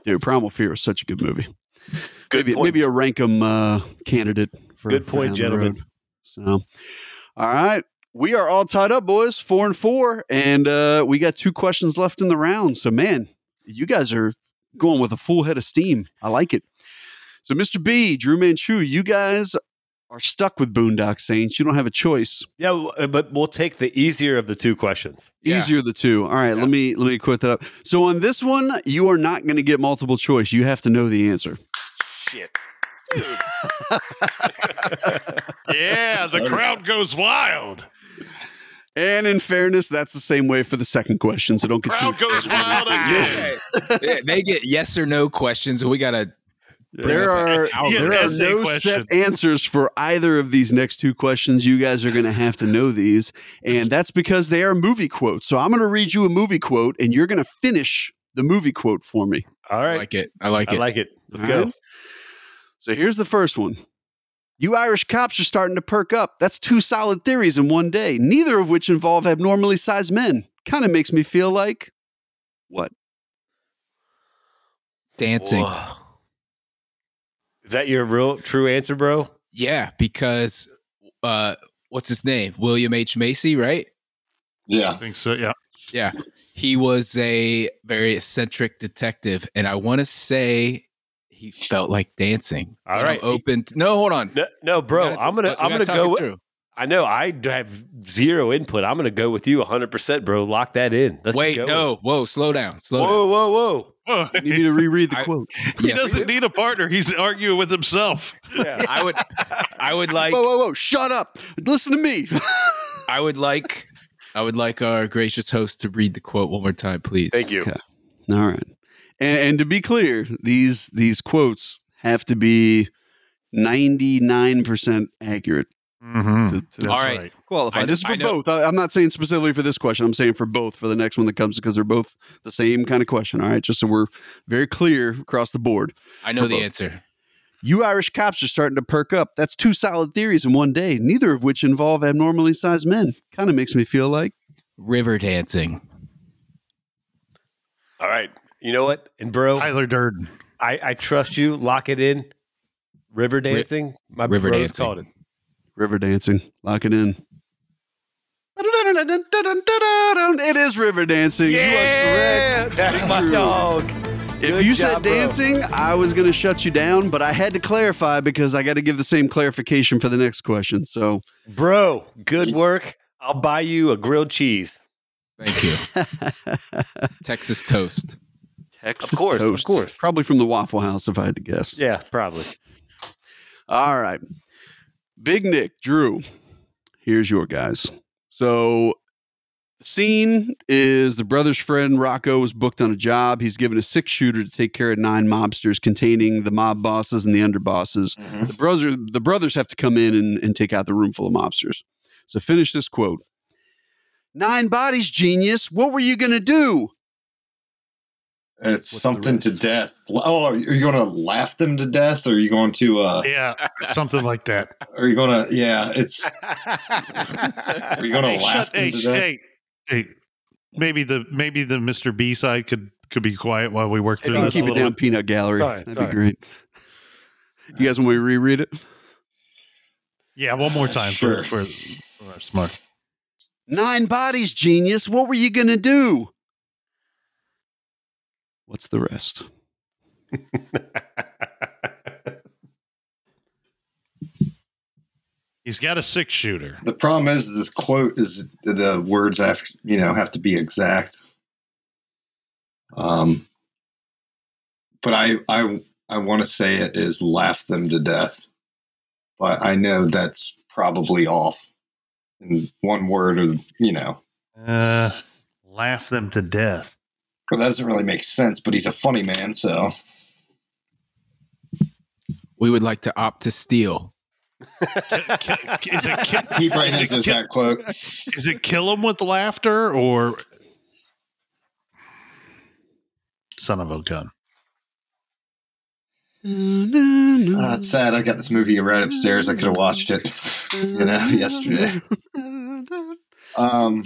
dude, Primal Fear is such a good movie. Good maybe point. maybe a rankum uh, candidate. For, Good for point, down the gentlemen. road. So, all right, we are all tied up, boys, four and four, and uh, we got two questions left in the round. So, man, you guys are going with a full head of steam. I like it. So, Mr. B, Drew Manchu, you guys are stuck with Boondock Saints. You don't have a choice. Yeah, w- uh, but we'll take the easier of the two questions. Yeah. Easier of the two. All right, let me let me quit that up. So on this one, you are not going to get multiple choice. You have to know the answer. Shit. Yeah, the crowd goes wild. And in fairness, that's the same way for the second question. So don't get too Crowd goes wild again. they, they get yes or no questions, and we gotta. *laughs* There *laughs* are Yeah, there are that's a no question. set answers for either of these next two questions. You guys are going to have to know these, and that's because they are movie quotes. So I'm going to read you a movie quote, and you're going to finish the movie quote for me. All I right. like it. I like I it. like it. Let's All go. right. So here's the first one. You Irish cops are starting to perk up. That's two solid theories in one day, neither of which involve abnormally sized men. Kind of makes me feel like what? dancing. Whoa. Is that your real true answer, bro? Yeah, because uh, what's his name? William H Macy, right? I Yeah, think so. Yeah. *laughs* Yeah. He was a very eccentric detective, and I want to say he felt like dancing. All But I'm right. open. to- no, hold on, No, no bro. We gotta- I'm gonna we I'm gotta gonna talk go. it with- through. I know I d- have zero input. I'm gonna go with you 100, percent bro. Lock that in. Let's Wait, go. no, whoa, slow down, slow Whoa, whoa, whoa. Oh, You need to reread *laughs* the I- quote. down. he Yes. doesn't need a partner. He's arguing with himself. Yeah. *laughs* I would, I would like, whoa, whoa, whoa! Shut up! Listen to me. *laughs* I would like, I would like our gracious host to read the quote one more time, please. Thank you. Okay. All right. And, and to be clear, these these quotes have to be 99% accurate Mm-hmm. to, to Hmm. All right. qualify. I- this is for I know- both. I, I'm not saying specifically for this question. I'm saying for both for the next one that comes because they're both the same kind of question. All right. Just so we're very clear across the board. I know the Hello. answer. You Irish cops are starting to perk up. That's two solid theories in one day, neither of which involve abnormally sized men. Kind of makes me feel like. River dancing. All right. You know what? And bro, I, Tyler Durden. I, trust you. Lock it in. River dancing. My river bros dancing. called it. River dancing. Lock it in. It is river dancing. Yeah, that's my Drew. dog. You are correct. Good If you job, said bro. dancing, I was going to shut you down, but I had to clarify because I got to give the same clarification for the next question. So, *laughs* Bro, good work. I'll buy you a grilled cheese. Thank *laughs* you. Texas toast. Texas Of course, of toast. course. Probably from the Waffle House, if I had to guess. Yeah, *laughs* probably. All right. Big Nick, Drew, here's your guys. So scene is the brother's friend Rocco is booked on a job. He's given a six shooter to take care of nine mobsters containing the mob bosses and the underbosses. The brother, the brothers have to come in and, and take out the room full of mobsters. So finish this quote. Nine bodies, genius. What were you gonna do? It's something to death. Oh, are you going to laugh them to death? Or are you going to, uh, Yeah, something like that. are you going to, yeah, it's, are you going to *laughs* Hey, laugh shut- them hey, to sh- death? hey, hey, maybe the maybe the Mr. B side could could be quiet while we work Hey, through You can this a keep it little down, bit. Peanut Gallery. Sorry, That'd sorry. be great. You guys want me to reread it? Yeah, one more time Sure. for, for, for our smart. Nine bodies, genius. What were you gonna do? What's the rest? He's got a six shooter. The problem is this quote is the words have you know have to be exact. Um, but I I I want to say it is laugh them to death, but I know that's probably off in one word or you know. Uh, laugh them to death. Well, that doesn't really make sense, but he's a funny man, so We would like to opt to steal. Ki- ki- Is it ki- *laughs* he probably knows Is it this ki- that quote. is it kill him with laughter or son of a gun? Uh, it's sad. I got this movie right upstairs. I could have watched it, *laughs* you know, *laughs* yesterday. Um,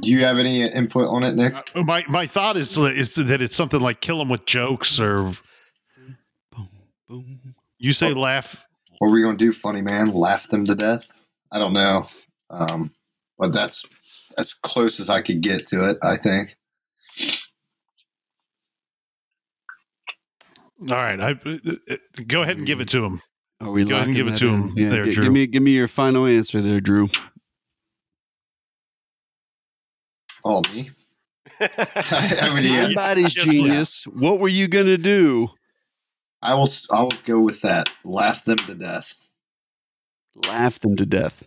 do you have any input on it, Nick? Uh, My my thought is is that it's something like kill him with jokes or you say Oh. laugh. What were we going to do, funny man? Laugh them to death? I don't know. Um, but that's as close as I could get to it, I think. All right, I, uh, uh, go ahead and give it to him. *laughs* Are we Go ahead locking and give it that to in? him Yeah, there, gi- Drew. Give me, give me your final answer there, Drew. All Oh, me. I, mean, yeah, Nine bodies, Yes, genius. What were you gonna do? I will. s- I will go with that. Laugh them to death. Laugh them to death.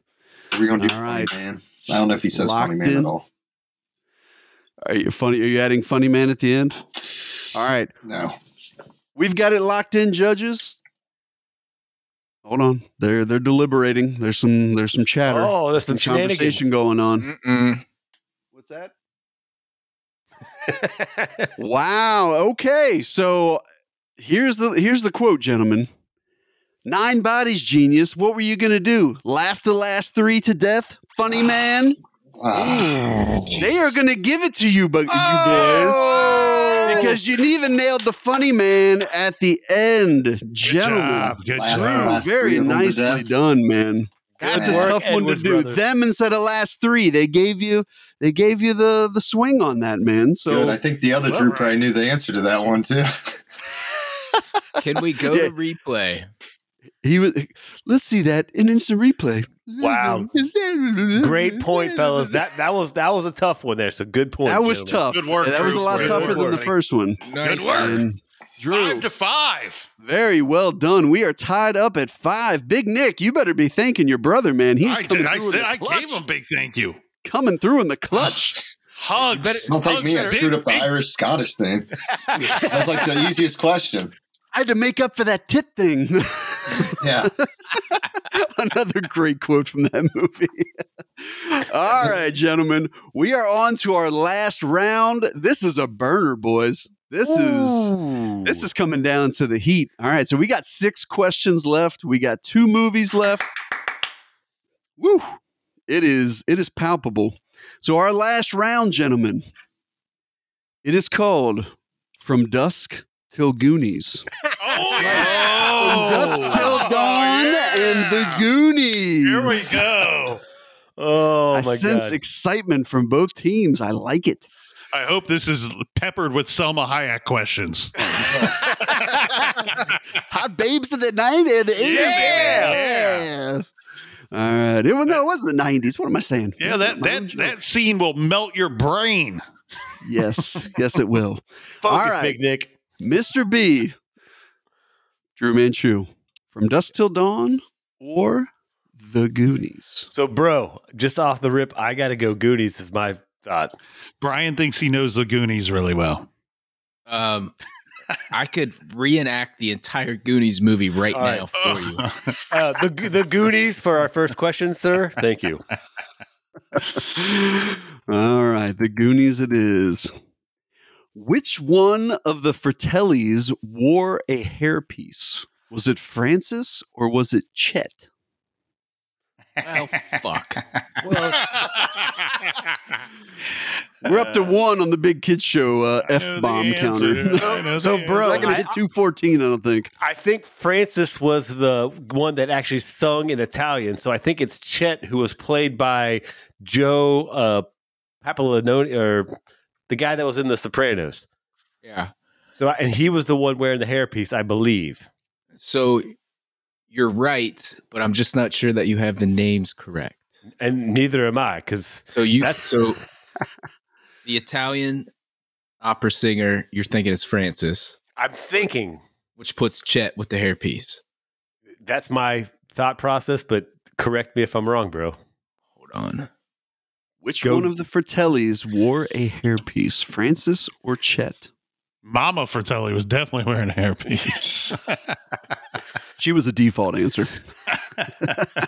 What are we going to do, All funny right. man? I don't know if he says funny Locked man in. at all. Are you funny? Are you adding funny man at the end? All right, No. we've got it locked in, judges. Hold on, they're they're deliberating. There's some there's some chatter, oh, there's some some conversation shenanigans. going on. Mm. Mm-mm. What's that? *laughs* Wow. Okay. So here's the here's the quote, gentlemen. Nine bodies, genius. What were you gonna do? Laugh the last three to death, funny man. Ah, They are Jesus. Oh! gonna give it to you, but you boys, because you even nailed the funny man at the end, gentlemen. job, Ah, good Laugh Drew, the job. last very three of them to nicely death. done, man. That's a work, tough one to Edwards do. *laughs* brothers. Them instead of last three, they gave you they gave you the the swing on that, man. So Good. I think the other Well, Drew probably knew the answer to that one too. Can we go Yeah. to replay? He was. Let's see that in instant replay. Wow. Great point, fellas. That that was that was a tough one there. So good point. that was gentlemen. tough. Good work, That was a Drew. lot Great tougher work. than the first one. Nice. Good work. And Drew, five. very well done. We are tied up at five. Big Nick, you better be thanking your brother, man. He's I, coming did, I through said in the I clutch. gave him a big thank you. Coming through in the clutch. Hugs. Don't thank Hugs me. I are- screwed big- up the big- Irish Scottish *laughs* thing. That's like the easiest question. I had to make up for that tit thing. Yeah. *laughs* Another great quote from that movie. *laughs* All right, gentlemen, we are on to our last round. This is a burner, boys. This is This is coming down to the heat. All right, so we got six questions left. We got two movies left. Woo! It is it is palpable. So our last round, gentlemen. It is called From Dusk Till Goonies. Oh, From Dusk Till Oh, Dawn and the Goonies. Here we go. Oh I my sense god. excitement from both teams. I like it. I hope this is peppered with Selma Hayek questions. Hot babes of the 90s, the 80s. Yeah. Yeah. All right. It, was no, it was the 90s. What am I saying? yeah, Was that it my own that joke? that scene will melt your brain. Yes. Yes, it will. Focus, All right. Big Nick. Mr. B, Drew Manchu, From Dusk Till Dawn or The Goonies. So, bro, just off the rip, I gotta go. Goonies is my thought. Brian thinks he knows the Goonies really well. Um, I could reenact the entire Goonies movie right All right. now for *laughs* you. *laughs* Uh, the Go- the Goonies for our first question, sir. Thank you. *laughs* All right, the Goonies it is. Which one of the Fratellis wore a hairpiece? Was it Francis or was it Chet? Well, fuck. We're up to one on the Big Kid Show uh, Uh, I know F the bomb answer. counter. *laughs* *laughs* I know So, the bro, Not answer. gonna hit two fourteen, I don't think. I think Francis was the one that actually sung in Italian, so I think it's Chet who was played by Joe uh, Papalino or the guy that was in The Sopranos. Yeah. So, and he was the one wearing the hairpiece, I believe. So you're right, but I'm just not sure that you have the names correct. And neither am I, because So you That's- so *laughs* the Italian opera singer you're thinking is Francis, I'm thinking which puts Chet with the hairpiece. that's my thought process. But correct me if I'm wrong, bro. Hold on. Which Go- one of the Fratellis wore a hairpiece, Francis or Chet? Mama Fratelli was definitely wearing a *laughs* hairpiece. She was a default answer.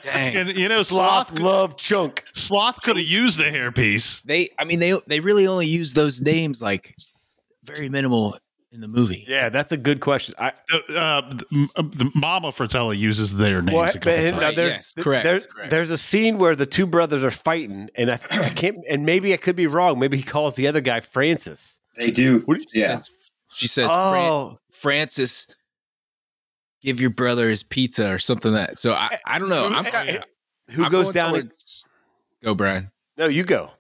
Dang. and, you know, Sloth Sloth love chunk. Sloth could have used a hairpiece. *laughs* They I mean they they really only use those names like very minimal in the movie. Yeah, that's a good question. I, Uh, uh, the, the Mama Fratelli uses their names Well, a couple but times. now Right, there's, yes, correct, there's- correct. there's a scene where the two brothers are fighting, and I, I can't, and maybe I could be wrong. Maybe he calls the other guy Francis. They do. What did Yeah. Says- She says Fran- oh, Francis give your brother his pizza or something like that. So I, I don't know. I'm kind Eh, who I'm goes going down? and- towards- go Brian. no, you go.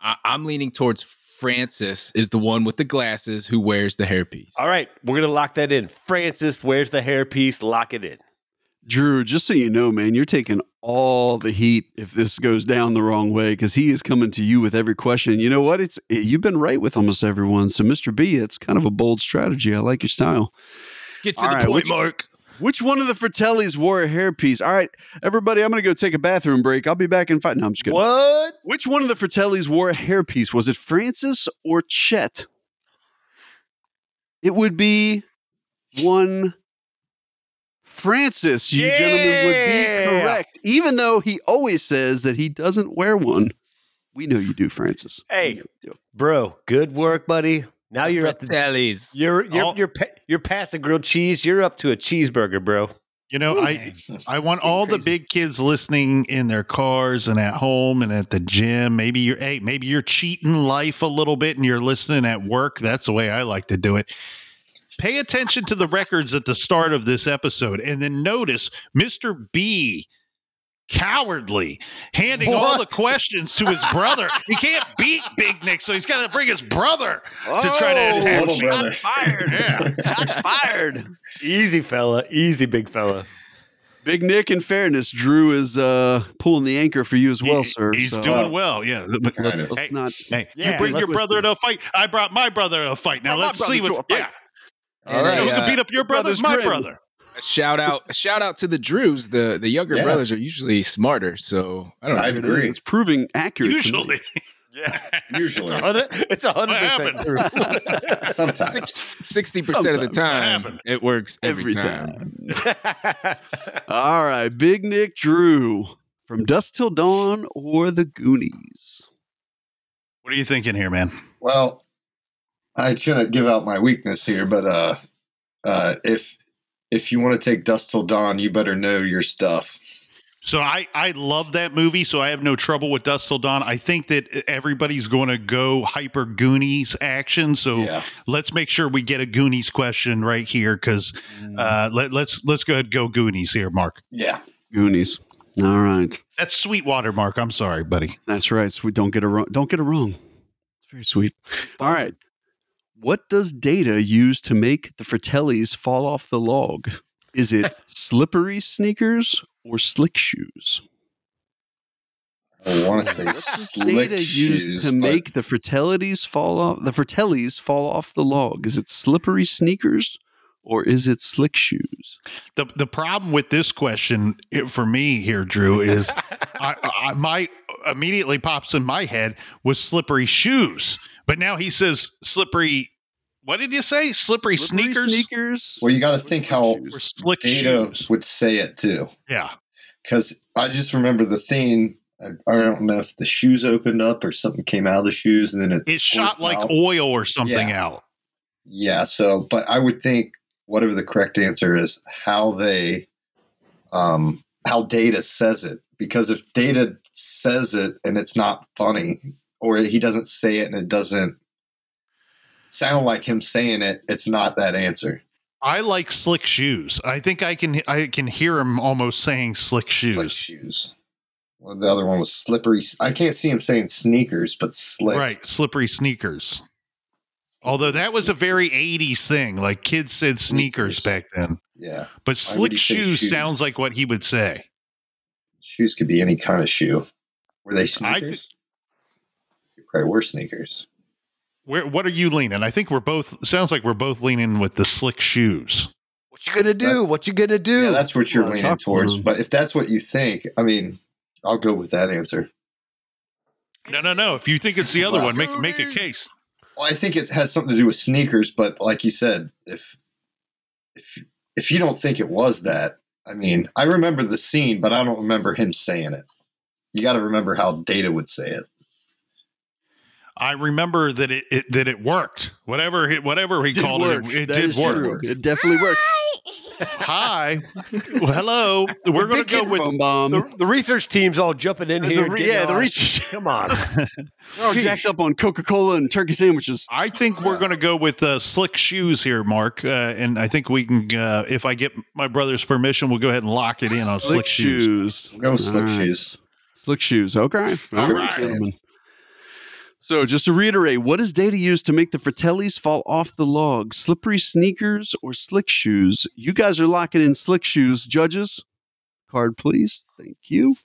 I, I'm leaning towards Francis is the one with the glasses who wears the hairpiece. All right, we're gonna lock that in. Francis, where's the hairpiece? Lock it in. Drew, just so you know, man, you're taking all the heat if this goes down the wrong way because he is coming to you with every question. You know what? It's eh, you've been right with almost everyone. So, Mr. B, it's kind of a bold strategy. I like your style. Get to All the right, point, which- Mark. Which one of the Fratellis wore a hairpiece? All right, everybody, I'm going to go take a bathroom break. I'll be back in five. No, I'm just kidding. What? Which one of the Fratellis wore a hairpiece? Was it Francis or Chet? It would be one Francis, you gentlemen would Yeah. be correct, even though he always says that he doesn't wear one. We know you do, Francis. Hey. We know you do. Bro, good work, buddy. Now you're up to Fratellis. you're you're All- you're, pa- you're past the grilled cheese. You're up to a cheeseburger, bro. You know, I *laughs* I want getting all the crazy. big kids listening in their cars and at home and at the gym. Maybe you're hey, maybe you're cheating life a little bit and you're listening at work. That's the way I like to do it. Pay attention to the records at the start of this episode and then notice Mr. B cowardly handing all What? the questions to his brother. he can't beat Big Nick, so he's got to bring his brother to try Oh, to attack little him. brother. Fired. eh? Shots fired. Easy, fella. Easy, big fella. Big Nick, in fairness, Drew is uh, pulling the anchor for you as *laughs* well, He- sir. He's so uh, doing well. Yeah. But Let's- hey, Let's not. hey, Yeah, you bring let's your brother to a fight. I brought my brother to a fight. Now Brought my let's see brother what's to a yeah. fight. And All a, right. You uh, can beat up your brother's, brother's my grim. brother. a shout out a shout out to the Drews. The the younger Yeah. brothers are usually smarter, so I don't know. I There it is. agree. It's proving accurate. to me. Usually, Usually, *laughs* It's a hundred percent happened? true. sometimes. Sixty percent of the Sometimes that time happens. it works every, Every time. All right, Big Nick Drew from Dust Till Dawn or the Goonies. *laughs* what are you thinking here, man? Well, I shouldn't give out my weakness here, but uh, uh, if if you want to take Dust Till Dawn, you better know your stuff. So I I love that movie. So I have no trouble with Dust Till Dawn. I think that e, everybody's going to go hyper Goonies action. Oh. So Yeah, let's make sure we get a Goonies question right here because Mm. uh, let, let's let's go ahead and go Goonies here, Mark. yeah. Goonies. All right, That's Sweetwater, Mark. I'm sorry, buddy. that's right. Sweet. Don't get it wrong. Don't get it wrong. It's very sweet. All right. What does Data use to make the Fratellis fall off the log? Is *laughs* it slippery sneakers or slick shoes? I want to say What does slick Data shoes use to but make the Fratellis fall off the Fratellis fall off the log? Is it slippery sneakers or is it slick shoes? The the problem with this question it- for me here, Drew, is I, I my immediately pops in my head was slippery shoes, but now he says slippery. What did you say? Slippery, Slippery sneakers sneakers. Well, you got to think how or slick Data shoes? would say it too. Yeah, Because I just remember the theme. I, I don't know if the shoes opened up or something came out of the shoes and then it. it shot squirted like out. oil or something out. Yeah. So, but I would think whatever the correct answer is, how they, um, how data says it. Because if data says it and it's not funny, or he doesn't say it and it doesn't sound like him saying it, it's not that answer. I like slick shoes. I think I can I can hear him almost saying slick shoes. Slick shoes. Well, the other one was slippery. I can't see him saying sneakers, but slick. Right, slippery sneakers. Although that was a very 80s thing. Like kids said sneakers, Sneakers. back then. yeah. But Why would slick he say shoes, shoes? sounds like what he would say. Shoes could be any kind of shoe. Were they I sneakers? They probably were sneakers. Where what are you leaning? I think we're both sounds like we're both leaning with the slick shoes. What you gonna do? what you gonna do? Yeah, that's what you're Well, leaning top towards. one. But if that's what you think, I mean, I'll go with that answer. No, no, no. If you think it's the other Wow. one, make make a case. Well, I think it has something to do with sneakers, but like you said, if if if you don't think it was that, I mean, I remember the scene, but I don't remember him saying it. You got to remember how Data would say it. I remember that it, it that it worked. Whatever he, whatever he Did called work. it, it, it That did is work. true. It definitely worked. Hi, well, hello. We're going to go with Phone bomb. The, the research team's all jumping in The here. re- getting yeah, the on. research- *laughs* Come on. They're all Oh, jacked up on Coca Cola and turkey sandwiches. I think we're going to go with uh, slick shoes here, Mark. Uh, and I think we can, uh, if I get my brother's permission, we'll go ahead and lock it in on slick, shoes. We'll go with slick All right. shoes. Slick shoes. Okay. All Sure. right, gentlemen. So, just to reiterate, what is data used to make the Fratellis fall off the log? Slippery sneakers or slick shoes? You guys are locking in slick shoes, judges. Card, please. Thank you.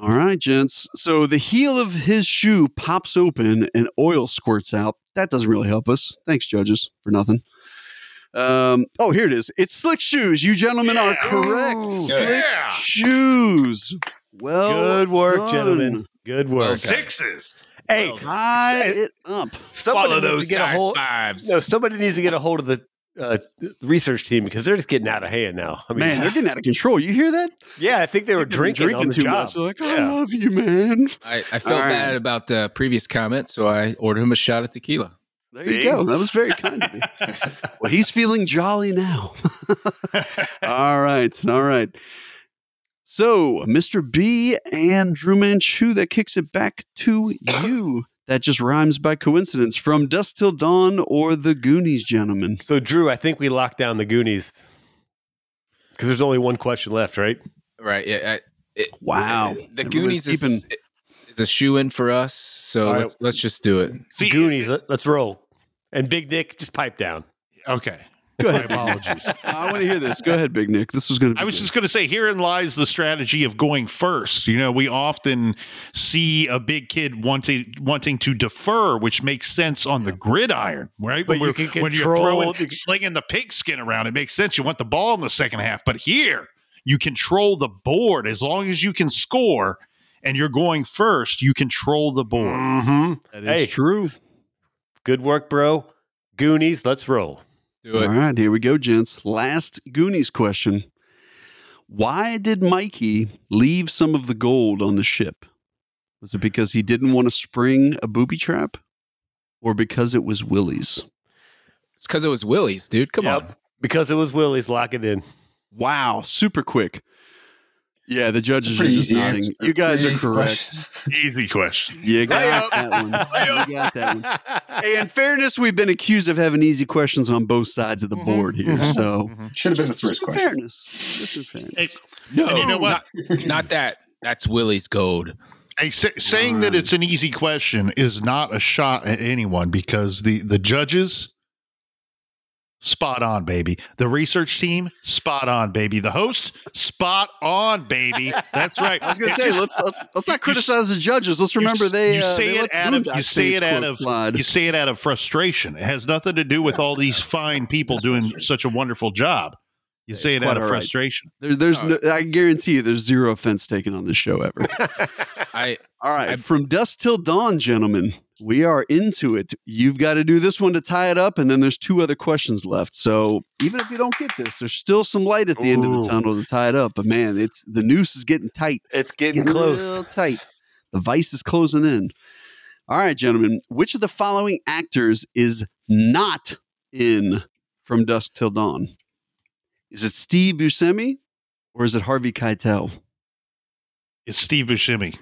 All right, gents. So the heel of his shoe pops open and oil squirts out. That doesn't really help us. Thanks, judges, for nothing. Um, oh, here it is. It's slick shoes. You gentlemen are Yeah. correct. Ooh. Slick Yeah. shoes. *laughs* Well, Ah. Good work, done. gentlemen. Good work. Okay. Sixes. Hey, Tie Say- it up. somebody Follow needs those to get a size hold. fives. No, somebody needs to get a hold of the uh, research team because they're just getting out of hand now. I mean, Man, they're getting out of control. You hear that? yeah, I think they were They've been drinking, on the too job. much. They're like, Yeah. I love you, man. I, I All felt right. bad about the previous comment, so I ordered him a shot of tequila. There See? you go. That was very kind of you. *laughs* well, he's feeling jolly now. *laughs* all right. All right. So, Mr. B and Drew Manchu, that kicks it back to you. That just rhymes by coincidence from Dust Till Dawn or The Goonies, gentlemen. So, Drew, I think we locked down the Goonies because there's only one question left, right? Right. Yeah. I, it, Wow. The Everybody's Goonies is, is a shoe in for us, so All right. let's let's just do it. See, Goonies, let, us roll. And Big Nick, just pipe down. Okay. Go My ahead. apologies. I want to hear this. Go ahead, Big Nick. This was going to be I was good. just going to say, herein lies the strategy of going first. You know, we often see a big kid wanting wanting to defer, which makes sense on the gridiron, right? But we're- you can when you're control- throwing, slinging the pigskin around, it makes sense. You want the ball in the second half, but here you control the board as long as you can score, and you're going first. You control the board. Mm-hmm. That Hey. true. Good work, bro. Goonies, let's roll. Do All it. right, here we go, gents. Last Goonies question. Why did Mikey leave some of the gold on the ship? Was it because he didn't want to spring a booby trap? Or because it was Willie's? It's because it was Willie's, dude. Come on. Because it was Willie's, lock *laughs* it in. Wow, super quick. Yeah, the It's a judges are pretty just easy nodding. answer. You guys Pretty are easy correct. question. *laughs* Mm, Easy question. You got that one. You got that one. *laughs* Hey, in fairness, we've been accused of having easy questions on both sides Mm-hmm. of the board here. So, Should have been the first just in question. fairness, just in fairness. And you know Oh, what? Not that. That's Willie's gold. I say, saying that it's an easy question is not a shot at anyone because the the judges spot on, baby. The research team, spot on, baby. The host, spot on, baby. That's right. I was going to It's say just- let's let's let's not *laughs* you- criticize the judges. Let's remember you, they you uh, say they it let out of Boondock you say Saints it out quote of slide. you say it out of frustration. It has nothing to do with all these fine people doing such a wonderful job. You say it quite out of all right. frustration. There, there's Oh. no, I guarantee you there's zero offense taken on this show *laughs* ever. I All right, I- from dusk till dawn, gentlemen, we are into it. You've got to do this one to tie it up, and then there's two other questions left. So even if you don't get this, there's still some light at the end of the Ooh. tunnel to tie it up. But man, it's the noose is getting tight, It's getting Getting close. real tight. The vice is closing in. All right, gentlemen, which of the following actors is not in From Dusk Till Dawn? Is it Steve Buscemi or is it Harvey Keitel? It's Steve Buscemi.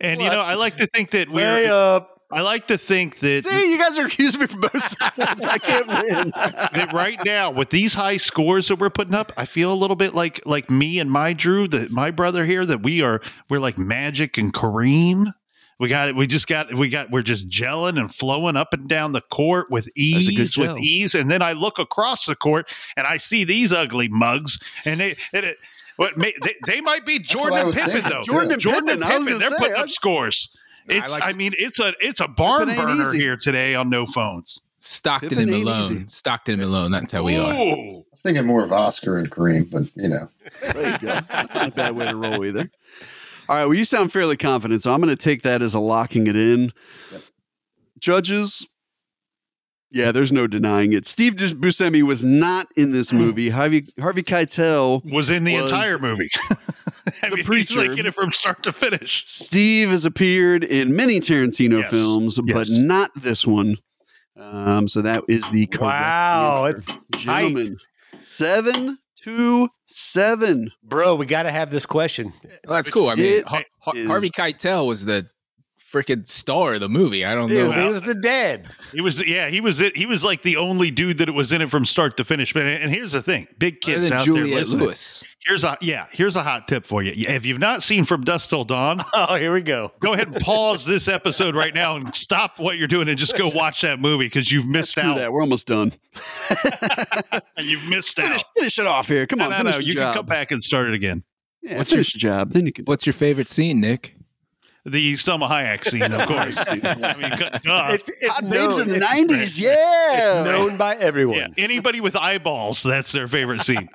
And you What? know, I like to think that we're uh, Way up. I like to think that See, you guys are accusing me from *laughs* both sides. I can't win. that right now with these high scores that we're putting up, I feel a little bit like like me and my Drew, that my brother here, that we are we're like Magic and Kareem. We got it. We just got we got we're just gelling and flowing up and down the court with a good ease, with gel. ease. And then I look across the court and I see these ugly mugs, and they and it, what may, they, they *laughs* might be what I Jordan and was Pippen thinking, though. too. Jordan and Jordan Pippen, and I was Pippen, gonna they're say, putting I- up scores. I It's I, like to- mean it's a it's a barn ain't burner easy. here today on No Phones. Stockton Pippen and ain't Malone. easy. Stockton and Malone. That's how we Oh, are. Ooh. was thinking more of Oscar and Kareem, but you know, There you go. That's not a bad way to roll either. All right. Well, you sound fairly confident, so I'm going to take that as a locking it in. Yep. Judges. Yeah, there's no denying it. Steve Buscemi was not in this Mm. movie. Harvey Harvey Keitel. was in the was entire movie. *laughs* I the mean, He's preacher. like in it from start to finish. Steve has appeared in many Tarantino Yes. films, but Yes. not this one. Um, so that is the correct Wow, answer. it's gentlemen seven to seven. Bro, we got to have this question. Well, that's cool. I mean, It Har- Har- is- Harvey Keitel was the freaking star of the movie. I don't know. Dude, he was the dad. He was, yeah, he was it. He was like the only dude that was in it from start to finish. But and here's the thing, big Other kids than out there Juliette listening. Lewis. Here's a yeah, here's a hot tip for you. If you've not seen From Dust Till Dawn, Oh, *laughs* here we go. go ahead and pause this episode right now and stop what you're doing and just go watch that movie because you've missed Screw out. that. We're almost done. You've missed out. finish, finish it off here. Come No, on, no, finish no. the You job. can come back and start it again. Yeah, What's finish the job. Then you can. What's your favorite scene, Nick? The Selma Hayek scene, of course. I mean, duh. It's, it's Hot babes known- in the it's nineties. It's Yeah. known by yeah, everyone. anybody with eyeballs, that's their favorite scene.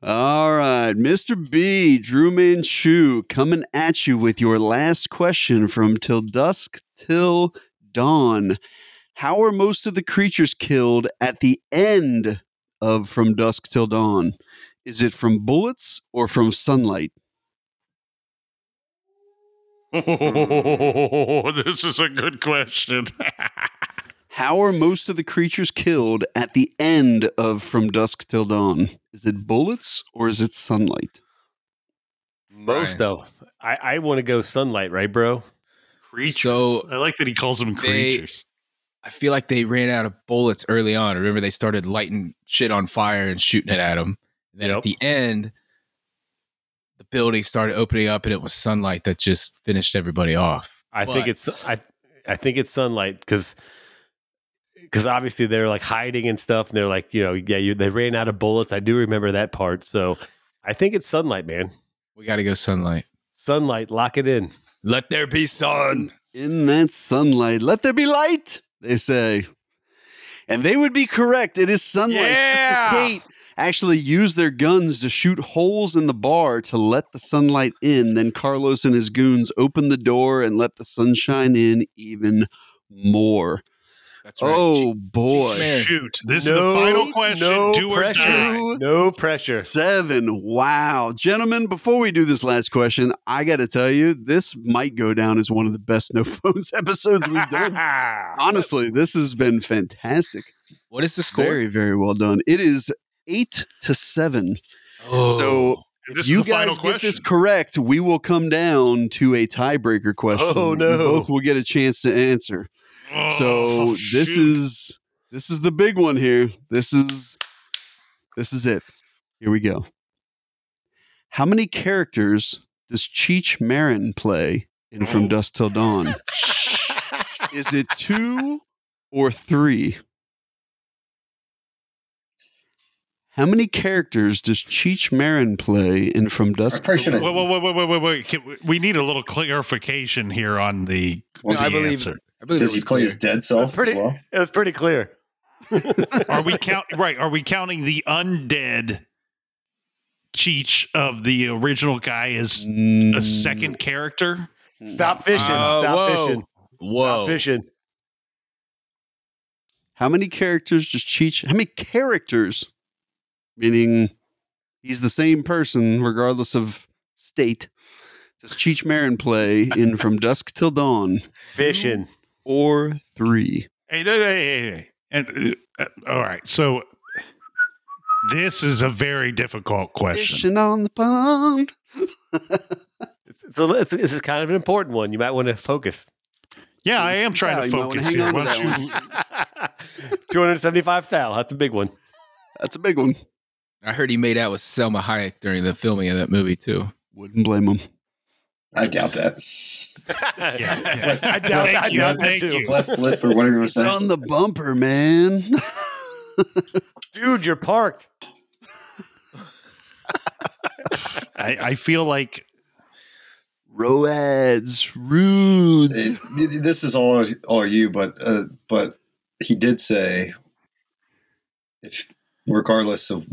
All right, Mr. B, Drew Manchu, coming at you with your last question from Till Dusk Till Dawn. How are most of the creatures killed at the end of From Dusk Till Dawn? Is it from bullets or from sunlight? Oh, this is a good question. *laughs* How are most of the creatures killed at the end of From Dusk Till Dawn? Is it bullets or is it sunlight? Most Right. though, I, I want to go sunlight, right, bro? creatures. So I like that he calls them they- creatures. I feel like they ran out of bullets early on. Remember, they started lighting shit on fire and shooting it at them. And then Yep. at the end, the building started opening up, and it was sunlight that just finished everybody off. I think But- it's I I think it's sunlight because because obviously they're like hiding and stuff, and they're like you know yeah you, they ran out of bullets. I do remember that part, so I think it's sunlight, man. we got to go sunlight. Sunlight, lock it in. Let there be sun. In that sunlight, let there be light, they say. And they would be correct. It is sunlight. *laughs* Yeah! Kate actually used their guns to shoot holes in the bar to let the sunlight in. Then Carlos and his goons opened the door and let the sunshine in even more. That's right. Oh, boy. Schmear. Shoot. This is the final question. No Do or pressure. die. *laughs* No pressure. Seven. Wow. Gentlemen, before we do this last question, I got to tell you, this might go down as one of the best *laughs* no phones episodes we've *laughs* done. Honestly, this has been fantastic. What is the score? Very, very well done. It is eight to seven. So Oh, This you is the final guys get question. this correct. We will come down to a tiebreaker question. Oh, We no. both will get a chance to answer. So Oh, this shoot. is this is the big one here. This is this is it. Here we go. How many characters does Cheech Marin play in From Oh. Dusk Till Dawn? *laughs* is it two or three? How many characters does Cheech Marin play in From Dusk? probably Till should've- Wait, wait, wait, wait, wait, wait, wait. Can we- We need a little clarification here on the, Well, the I believe- answer. I believe Does it he was play clear. his dead self Pretty- as well? It was pretty clear. Are we count *laughs* right? Are we counting the undead Cheech of the original guy as Dawn? a second character? Mm. Stop fishing. Uh, Stop whoa. fishing. Stop Whoa. fishing. How many characters does Cheech? How many characters? Meaning, he's the same person regardless of state. Does Cheech Marin play in From Dusk Till Dawn Fishing. or three? Hey, hey, hey, hey, hey. And uh, uh, all right, so this is a very difficult question. Fishing on the pond. It's, so it's, this is kind of an important one. You might want to focus. Yeah, I am trying Yeah, Ah, you to might wanna focus hang here. on to Why don't that you- Two hundred seventy-five thou. That's a big one. *laughs* That's a big one. I heard he made out with Selma Hayek during the filming of that movie too. Wouldn't blame him. I *laughs* doubt that. yeah, Cliff- I doubt- Cliff- I doubt that Thank too. you. Cliff flip or whatever you want It's to say. on the bumper, man. *laughs* Dude, you're parked. I, I feel like Roads, Rudes. It- th- this is all all you, but uh, but he did say, if regardless of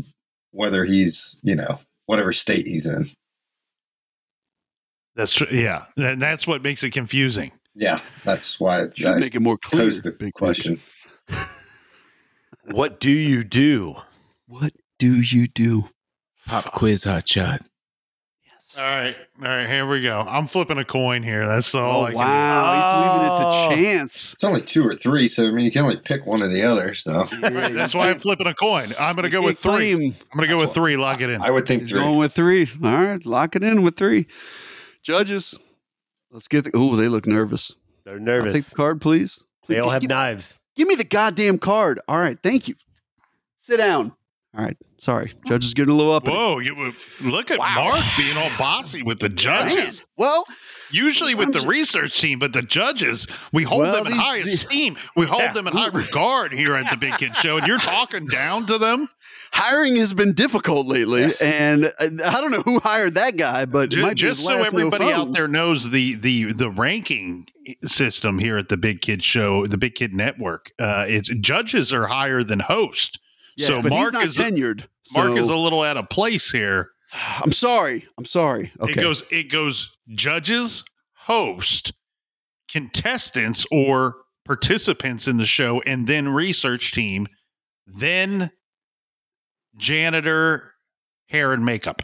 whether he's you know whatever state he's in, that's tr- yeah, and that's what makes it confusing. yeah, that's why Should I make it more clear. posed the Big question. What do you do? What do you do? Pop quiz hot shot. Yes. All right, all right, here we go. I'm flipping a coin here. That's all. Oh, I can- wow. He's leaving it to oh. chance. It's only two or three, so I mean you can only pick one or the other. So *laughs* Right, that's why I'm flipping a coin. I'm going to go with three. Claim. I'm going to go That's with three. Lock it in. I would think He's three. going with three. All right, lock it in with three. Judges, let's get the. Oh, they look nervous. They're I'll take nervous. the card, please. They all Give- have give, knives. give me the goddamn card. All right, thank you. Sit down. All right, sorry. Judge is getting a little up. Whoa! You, look at Wow. Mark being all bossy with the Man. judges. Well, Usually with I'm the just- research team, but the judges, we hold Well, them in these- high these- esteem. We hold Yeah. them in high regard here at the Big Kid Show, and you're talking down to them. hiring has been difficult lately, and I don't know who hired that guy, but *laughs* it Ju- might be just his so last no everybody out phones. there knows the the the ranking system here at the Big Kid Show, the Big Kid Network. Uh, it's judges are higher than host. Yes, so but he's Mark not is tenured. Mark so- is a little out of place here. *sighs* I'm sorry. I'm sorry. Okay. It goes it goes judges, host, contestants or participants in the show, and then research team, then janitor, hair and makeup.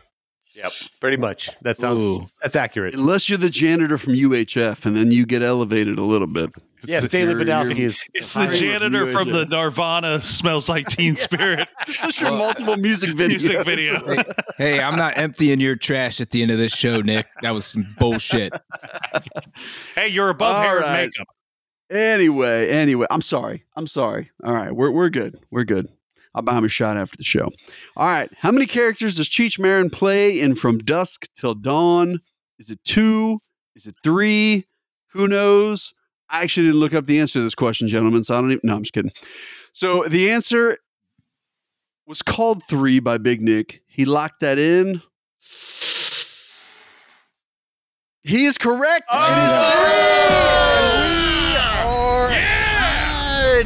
Yep. Pretty much. That sounds Ooh. that's accurate. Unless you're the janitor from UHF, and then you get elevated a little bit. Yeah, If Stanley you're- Podolsky *laughs* you're- is It's Hi, the from janitor from the UHF. Nirvana *laughs* smells like Teen Spirit That's your multiple music videos. music video. Hey, I'm not emptying your trash at the end of this show, Nick. That was some bullshit. Hey, you're above All hair right. and makeup. Anyway, anyway, I'm sorry. I'm sorry. All right, we're we're good. We're good. I'll buy him a shot after the show. All right, how many characters does Cheech Marin play in From Dusk Till Dawn? Is it two? Is it three? Who knows? I actually didn't look up the answer to this question, gentlemen. So I don't even. No, I'm just kidding. So the answer was called three by Big Nick. He locked that in. He is correct. It is three.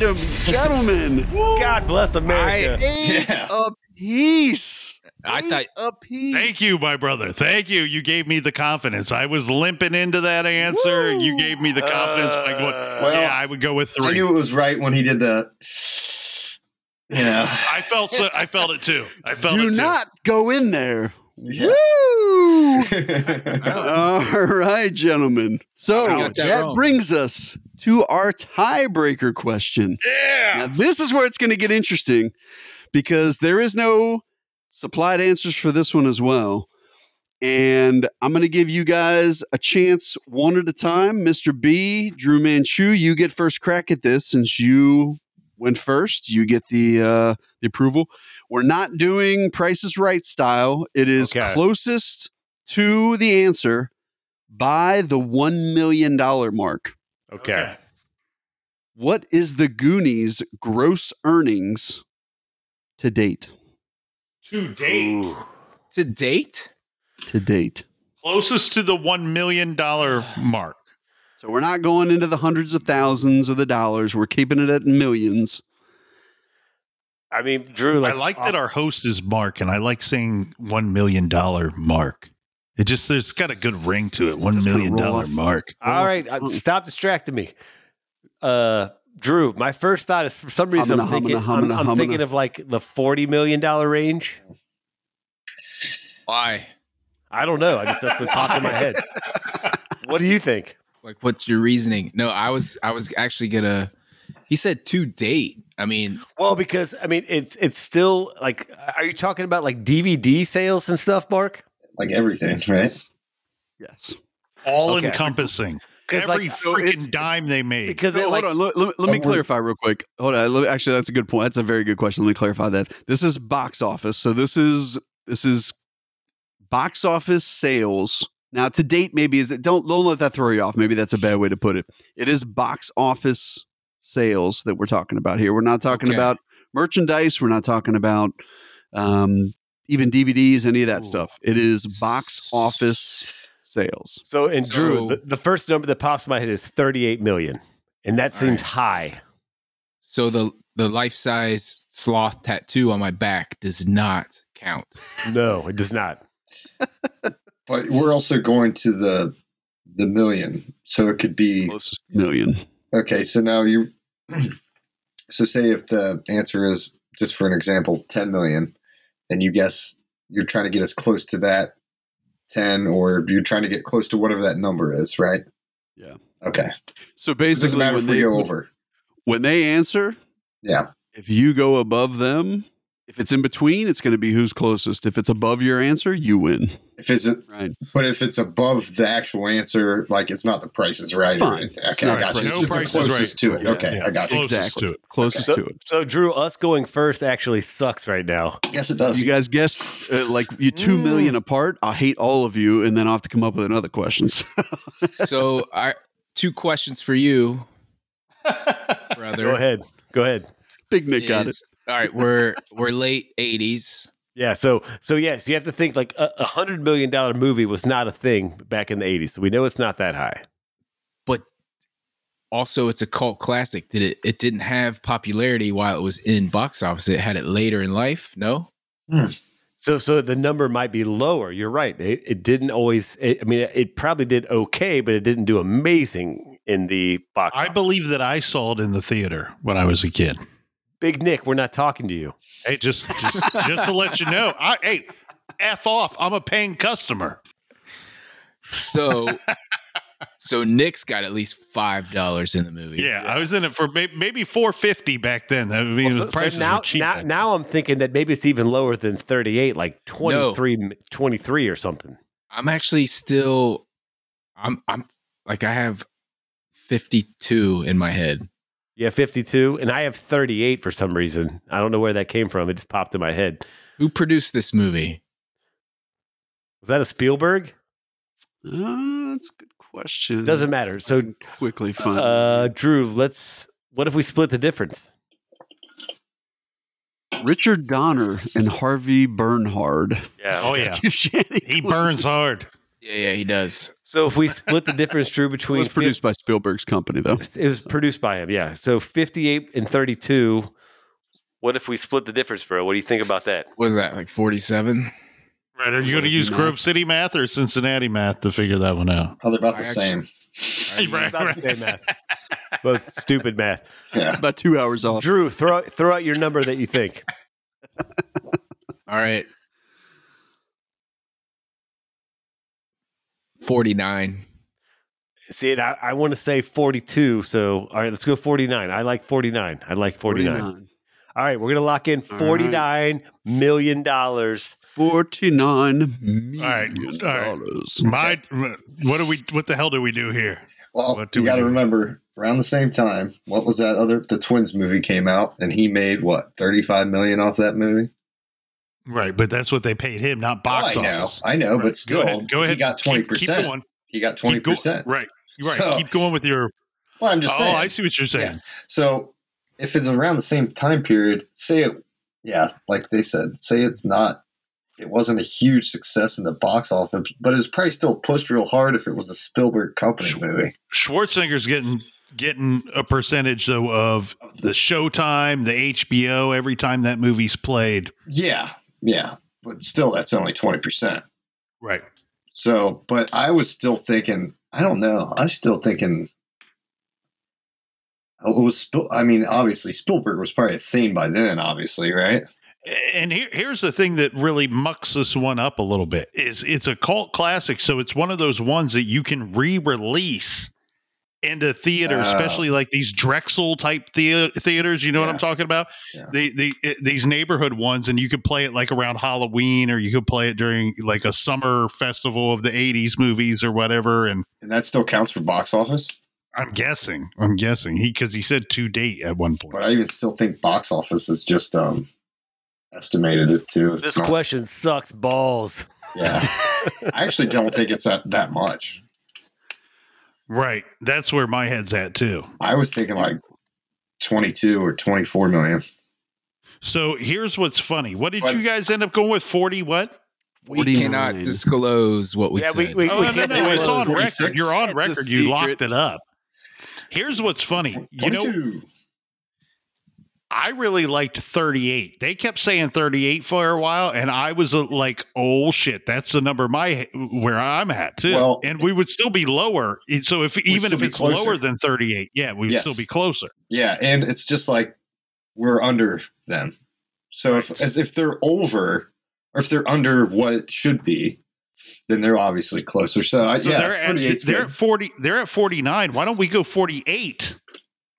All right, gentlemen, God bless America. eight Yeah. apiece. I Eight thought apiece. Thank you, my brother. Thank you. You gave me the confidence. I was limping into that answer. Woo. Uh, You gave me the confidence. by going, well, yeah, I would go with three. I knew it was right when he did the. You know, I felt so. I felt it too. I felt it *laughs* Do too. not go in there. Yeah. *laughs* Woo! I All right, gentlemen. So I got that, that wrong. brings us to our tiebreaker question. Now, Yeah. this is where it's going to get interesting because there is no supplied answers for this one as well. And I'm going to give you guys a chance one at a time. Mr. B, Drew Manchu, you get first crack at this since you went first. You get the uh, the approval. We're not doing Price is Right style. It is Okay. closest to the answer by the one million dollar mark. Okay. What is the Goonies' gross earnings to date? To date, To date, to date. closest to the one million dollar mark. So we're not going into the hundreds of thousands or the dollars. We're keeping it at millions. I mean, Drew, like, uh, I like off- that our host is Mark, and I like saying one million dollar Mark. It just there's got a good ring to it. One Just kinda million roll dollar off. Mark. All right, uh, stop distracting me. Uh, Drew, my first thought is for some reason Humana, I'm thinking, humana, I'm, I'm humana, thinking humana. of like the forty million dollar range. why? I don't know. I just that's what popped in my *laughs* head. What do you think? Like, what's your reasoning? No, I was, I was actually gonna. He said to date. I mean, Well, because I mean, it's it's still like, are you talking about like DVD sales and stuff, Mark? like everything, right? Yes. All Okay. encompassing. Because Every like, so it's- freaking dime they made. because No, it, hold like, on. Let, let- let me Oh, we're- clarify real quick. Hold on. Let me- actually, that's a good point. That's a very good question. Let me clarify that. This is box office. So this is this is box office sales. Now, to date, maybe is it don't don't let that throw you off. Maybe that's a bad way to put it. It is box office sales that we're talking about here. We're not talking Okay. about merchandise. We're not talking about um, even DVDs, any of that Ooh. stuff. It is box office sales. So, and Drew, So- the, the first number that pops in my head is 38 million, and that All right. seems high. so the the life size sloth tattoo on my back does not count. No, it does not. But we're also going to the the million, so it could be Closest million. okay. So now you, *clears throat* so say if the answer is just for an example, ten million, and you guess you're trying to get as close to that ten, or you're trying to get close to whatever that number is, right? Yeah. Okay. So It doesn't basically, matter if when we they, go over. when they answer, Yeah. if you go above them, if it's in between, it's going to be who's closest. If it's above your answer, you win. If it's Right. but if it's above the actual answer, like it's not the prices right. It's or fine. anything. It's Okay, not I got price- you. It's no just the price is closest right. to it. Okay, Yeah. I got you. Closest exactly. to it. Closest So, to it. so, Drew, us going first actually sucks right now. Yes, it does. You guys guessed uh, like you two million apart. I'll hate all of you, and then I'll have to come up with another question. *laughs* So I two questions for you, brother. Go ahead. Go ahead. Big Nick got it. is- All right, we're we're late eighties. Yeah. So, so yes, you have to think like a a hundred million dollar movie was not a thing back in the 80s. So we know it's not that high. Also, it's a cult classic. Did it? It didn't have popularity while it was in box office. It had it later in life. No, So, so the number might be lower. You're right. It, it didn't always, it, I mean, it probably did okay, but it didn't do amazing in the box. I office. believe that I saw it in the theater when I was a kid. Big Nick, we're not talking to you. Hey, just just just to let you know, I hey, f off. I'm a paying customer. so so Nick's got at least five dollars in the movie. Yeah, I was in it for may- maybe four fifty back then. I mean, Well, the prices now, were cheap. now, back then. now I'm thinking that maybe it's even lower than 38, like 23, 23 or something. I'm actually still. I'm I'm like I have fifty two in my head. Yeah, 52. And I have 38 for some reason. I don't know where that came from. It just popped in my head. Who produced this movie? Was that a Spielberg? Uh, that's a good question. Doesn't matter. So, quickly find. uh, Drew, let's. What if we split the difference? Richard Donner and Harvey Bernhard. Yeah. oh *laughs* yeah, Give Shannon- he burns hard. Yeah, yeah, he does. So if we split the difference, *laughs* Drew, It between was produced by Spielberg's company, *laughs* though. fif- it was produced by him. Yeah. So 58 and 32. What if we split the difference, bro? What do you think about *laughs* that? What is that like forty seven? Right? Are you going to use No. Grove City math or Cincinnati math to figure that one out? Probably about I the actually- same. *laughs* Right, About the right. same math. Both stupid math. Yeah. About two hours off. Drew, throw throw out your number that you think. All right. 49. See, and I, I want to say 42. So, all right, let's go 49. I like 49. I like 49. All right, we're going to lock in All right. forty nine million dollars. Forty-nine All right, million all dollars. My, what do we? What the hell do we do here? Well, What do you we got to do? remember, around the same time, what was that other? The Twins movie came out, and he made what thirty-five million off that movie. Right, but that's what they paid him, not box oh, I know, office. I know, Right, but still, he got Keep- twenty keep percent. going. He got twenty Keep go- percent. Right, right. So- keep going with your. Well, I'm Oh, just saying. I see what you're saying. So if it's around the same time period, say it, yeah, like they said, say it's not. It wasn't a huge success in the box office, but it was probably still pushed real hard if it was a Spielberg company movie. Schwarzenegger's getting getting a percentage though of the Showtime, the HBO, every time that movie's played. Yeah, yeah, but still, that's only twenty percent. Right. So, but I was still thinking, I don't know. I was still thinking oh, it was. Spiel- I mean, obviously Spielberg was probably a thing by then. Obviously, right? And here, here's the thing that really mucks this one up a little bit is it's a cult classic, so it's one of those ones that you can re-release into theater, Oh. especially like these Drexel type thea- theaters. You know what Yeah. I'm talking about? Yeah. The, the it- these neighborhood ones, and you could play it like around Halloween, or you could play it during like a summer festival of the '80s movies or whatever. And And that still counts for box office. I'm guessing, I'm guessing he because he said to date at one point. But I even still think box office is just um estimated it to. It's This not- question sucks balls. *laughs* yeah. I actually don't think it's that that much. Right, that's where my head's at too. I was thinking like twenty two or twenty four million. So here's what's funny. What did But- you guys end up going with? Forty what? We cannot 49. disclose what we Yeah, we- said. we- Oh, no, no, can't no, it's disclose. on record. 46. You're on It's a record. You locked secret. it up. Here's what's funny. You know, 22. I really liked 38. They kept saying 38 for a while, and I was uh, like, "Oh shit, that's the number my where I'm at too." Well- and we would still be lower. And So if even still if be it's closer. lower than 38, yeah, we'd Yes. still be closer. yeah, and it's just like we're under them. So if as if they're over or if they're under what it should be, then they're obviously closer. So, I, So yeah, they're at 48's they're good. at 40. They're at 49. Why don't we go 48?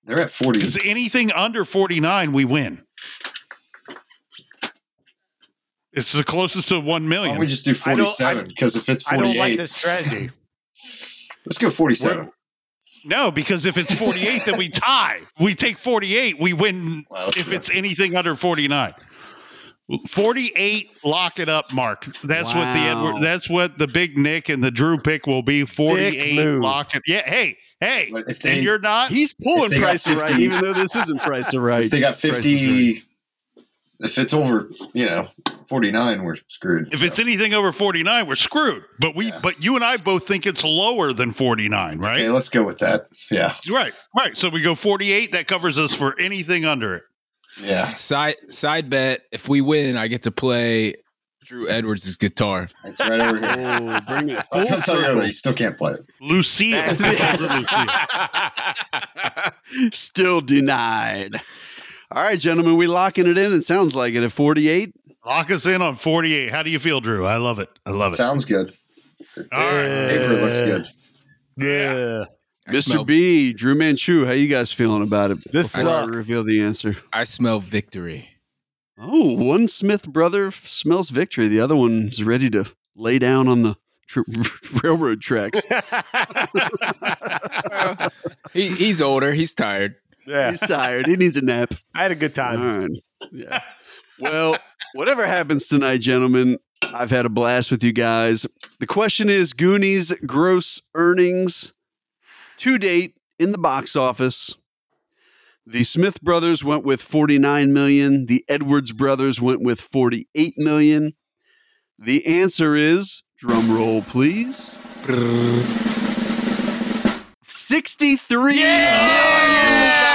they're at forty. Because anything under 49, we win. It's the closest to 1 Why don't million. we just do I don't- I- forty seven? Because if it's I forty don't eight, like *laughs* this strategy. let's go forty seven. We're- no, because if it's 48, then we tie. We take 48, we win Wow, that's if true. it's anything under 49. 48 lock it up mark that's what the Wow. edward that's what the big nick and the drew pick will be 48 move. lock it yeah hey hey But if and they you're not He's pulling If they got Price is Right, 50. even though this isn't Price is Right. *laughs* if they got Price is Right. fifty, if it's over, you know, forty nine, we're screwed. If So, it's anything over 49, we're screwed. But we Yeah. but you and I both think it's lower than 49, right? okay, let's go with that. Yeah, Right. Right. So we go 48, that covers us for anything under it. yeah. Side side bet: if we win, I get to play Drew Edwards' guitar. It's right over here. *laughs* *laughs* Oh, bring it I full was gonna tell you earlier, circle. you still can't play it. Lucille. *laughs* Still denied. All right, gentlemen, we locking it in. It sounds like it at 48. Lock us in on 48. How do you feel, Drew? I love it. I love it. Sounds good. All right. Paper looks good. Yeah. I Mr. Smell, B, Drew Manchu, how you guys feeling about it? This Before I sucks. reveal the answer. I smell victory. Oh, one Smith brother f- smells victory. The other one's ready to lay down on the tr- *laughs* railroad tracks. He, he's older. He's tired. *laughs* yeah. He's tired. He needs a nap. I had a good time. All right. Yeah. Well, whatever happens tonight, gentlemen, I've had a blast with you guys. The question is Goonies gross earnings to date in the box office. The Smith brothers went with 49 million. The Edwards brothers went with 48 million. The answer is drum roll, please. 63 million dollars.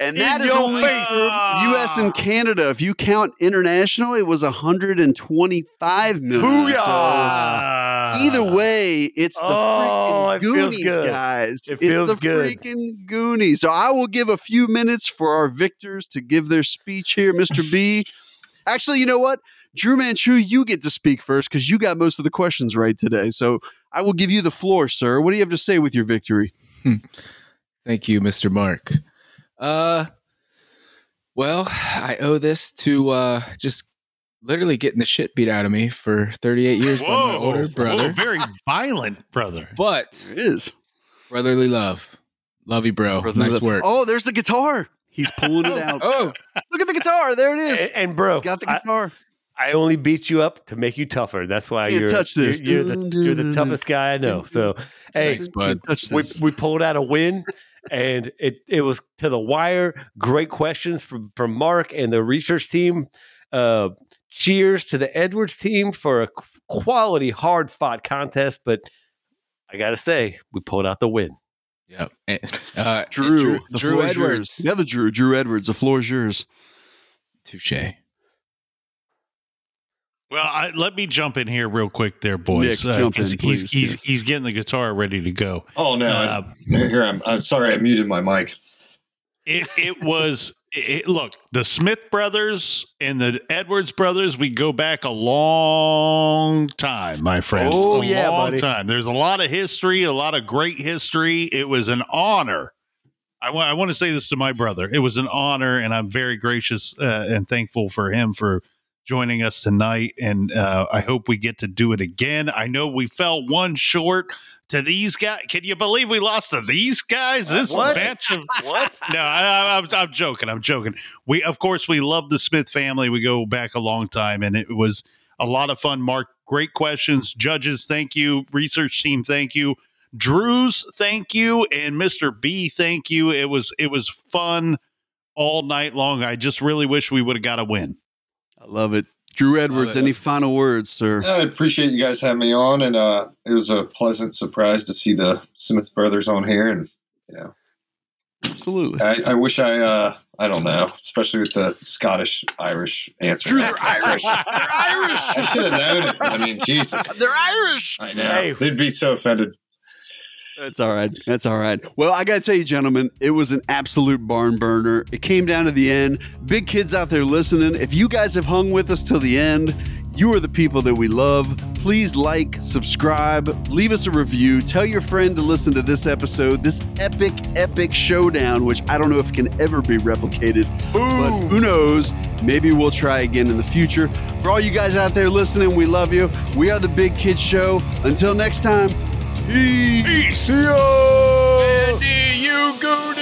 And In that is your only face. for US and Canada. If you count international, it was 125 million. Booyah! Ah. So either way, it's the Oh, freaking it feels Goonies, good. guys. It it's feels the good. freaking Goonies. So I will give a few minutes for our victors to give their speech here, Mr. *laughs* B. Actually, you know what? Drew Manchu, you get to speak first because you got most of the questions right today. So I will give you the floor, sir. What do you have to say with your victory? Thank you, Mr. Mark. Uh, well, I owe this to uh, just literally getting the shit beat out of me for 38 years by my Whoa. older Whoa, brother. very violent brother. But It is. brotherly love, love you, bro. Brother nice Lip- work. Oh, there's the guitar. He's pulling *laughs* it out. oh, Look at the guitar. There it is. *laughs* And, and bro, He's got the I, guitar. I only beat you up to make you tougher. That's why Can't you're, touch this. You're, you're the, you're the Dun, toughest guy I know. So, hey, thanks, bud. Touch we, this. we pulled out a win, and it it was to the wire. Great questions from from Mark and the research team. Uh, cheers to the Edwards team for a quality, hard fought contest. But I gotta say, we pulled out the win. Yep. And, uh, and Drew, the Drew floor is yours. Edwards. The other Drew, Drew Edwards. The floor is yours. Touche. Well, I, let me jump in here real quick, there, boys. Nick, jump 'cause in, he's please, he's, yes. he's getting the guitar ready to go. Oh no! Uh, I- here I'm. I'm sorry. I muted my mic. it, it was it, look the smith brothers and the edwards brothers we go back a long time my friends Oh, a yeah, long buddy. time there's a lot of history a lot of great history it was an honor I want, I want to say this to my brother. It was an honor, and I'm very gracious uh, and thankful for him for joining us tonight. And uh, I hope we get to do it again. I know we fell one short to these guys. Can you believe we lost to these guys? This What? batch of what? No, I, I, I'm, I'm joking. I'm joking. We, of course, we love the Smith family. We go back a long time, and it was a lot of fun. Mark, great questions. Judges, thank you. Research team, thank you. Drew's thank you and Mr. B thank you. It was it was fun all night long. I just really wish we would have got a win. I love it. Drew Edwards, it. any final words, sir? I appreciate you guys having me on, and uh, it was a pleasant surprise to see the Smith brothers on here. And you know, Absolutely. I, I wish I, uh, I don't know, especially with the Scottish Irish answer. Drew, They're Irish. I should have known it. I mean, Jesus, *laughs* They're Irish. I know Hey. they'd be so offended. That's all right. That's all right. Well, I got to tell you, gentlemen, it was an absolute barn burner. It came down to the end. Big kids out there listening, if you guys have hung with us till the end, you are the people that we love. Please like, subscribe, leave us a review, tell your friend to listen to this episode, this epic, epic showdown, which I don't know if can ever be replicated, but who knows? Maybe we'll try again in the future. For all you guys out there listening, we love you. We are the Big Kids Show. Until next time, peace. Peace. Andy, you go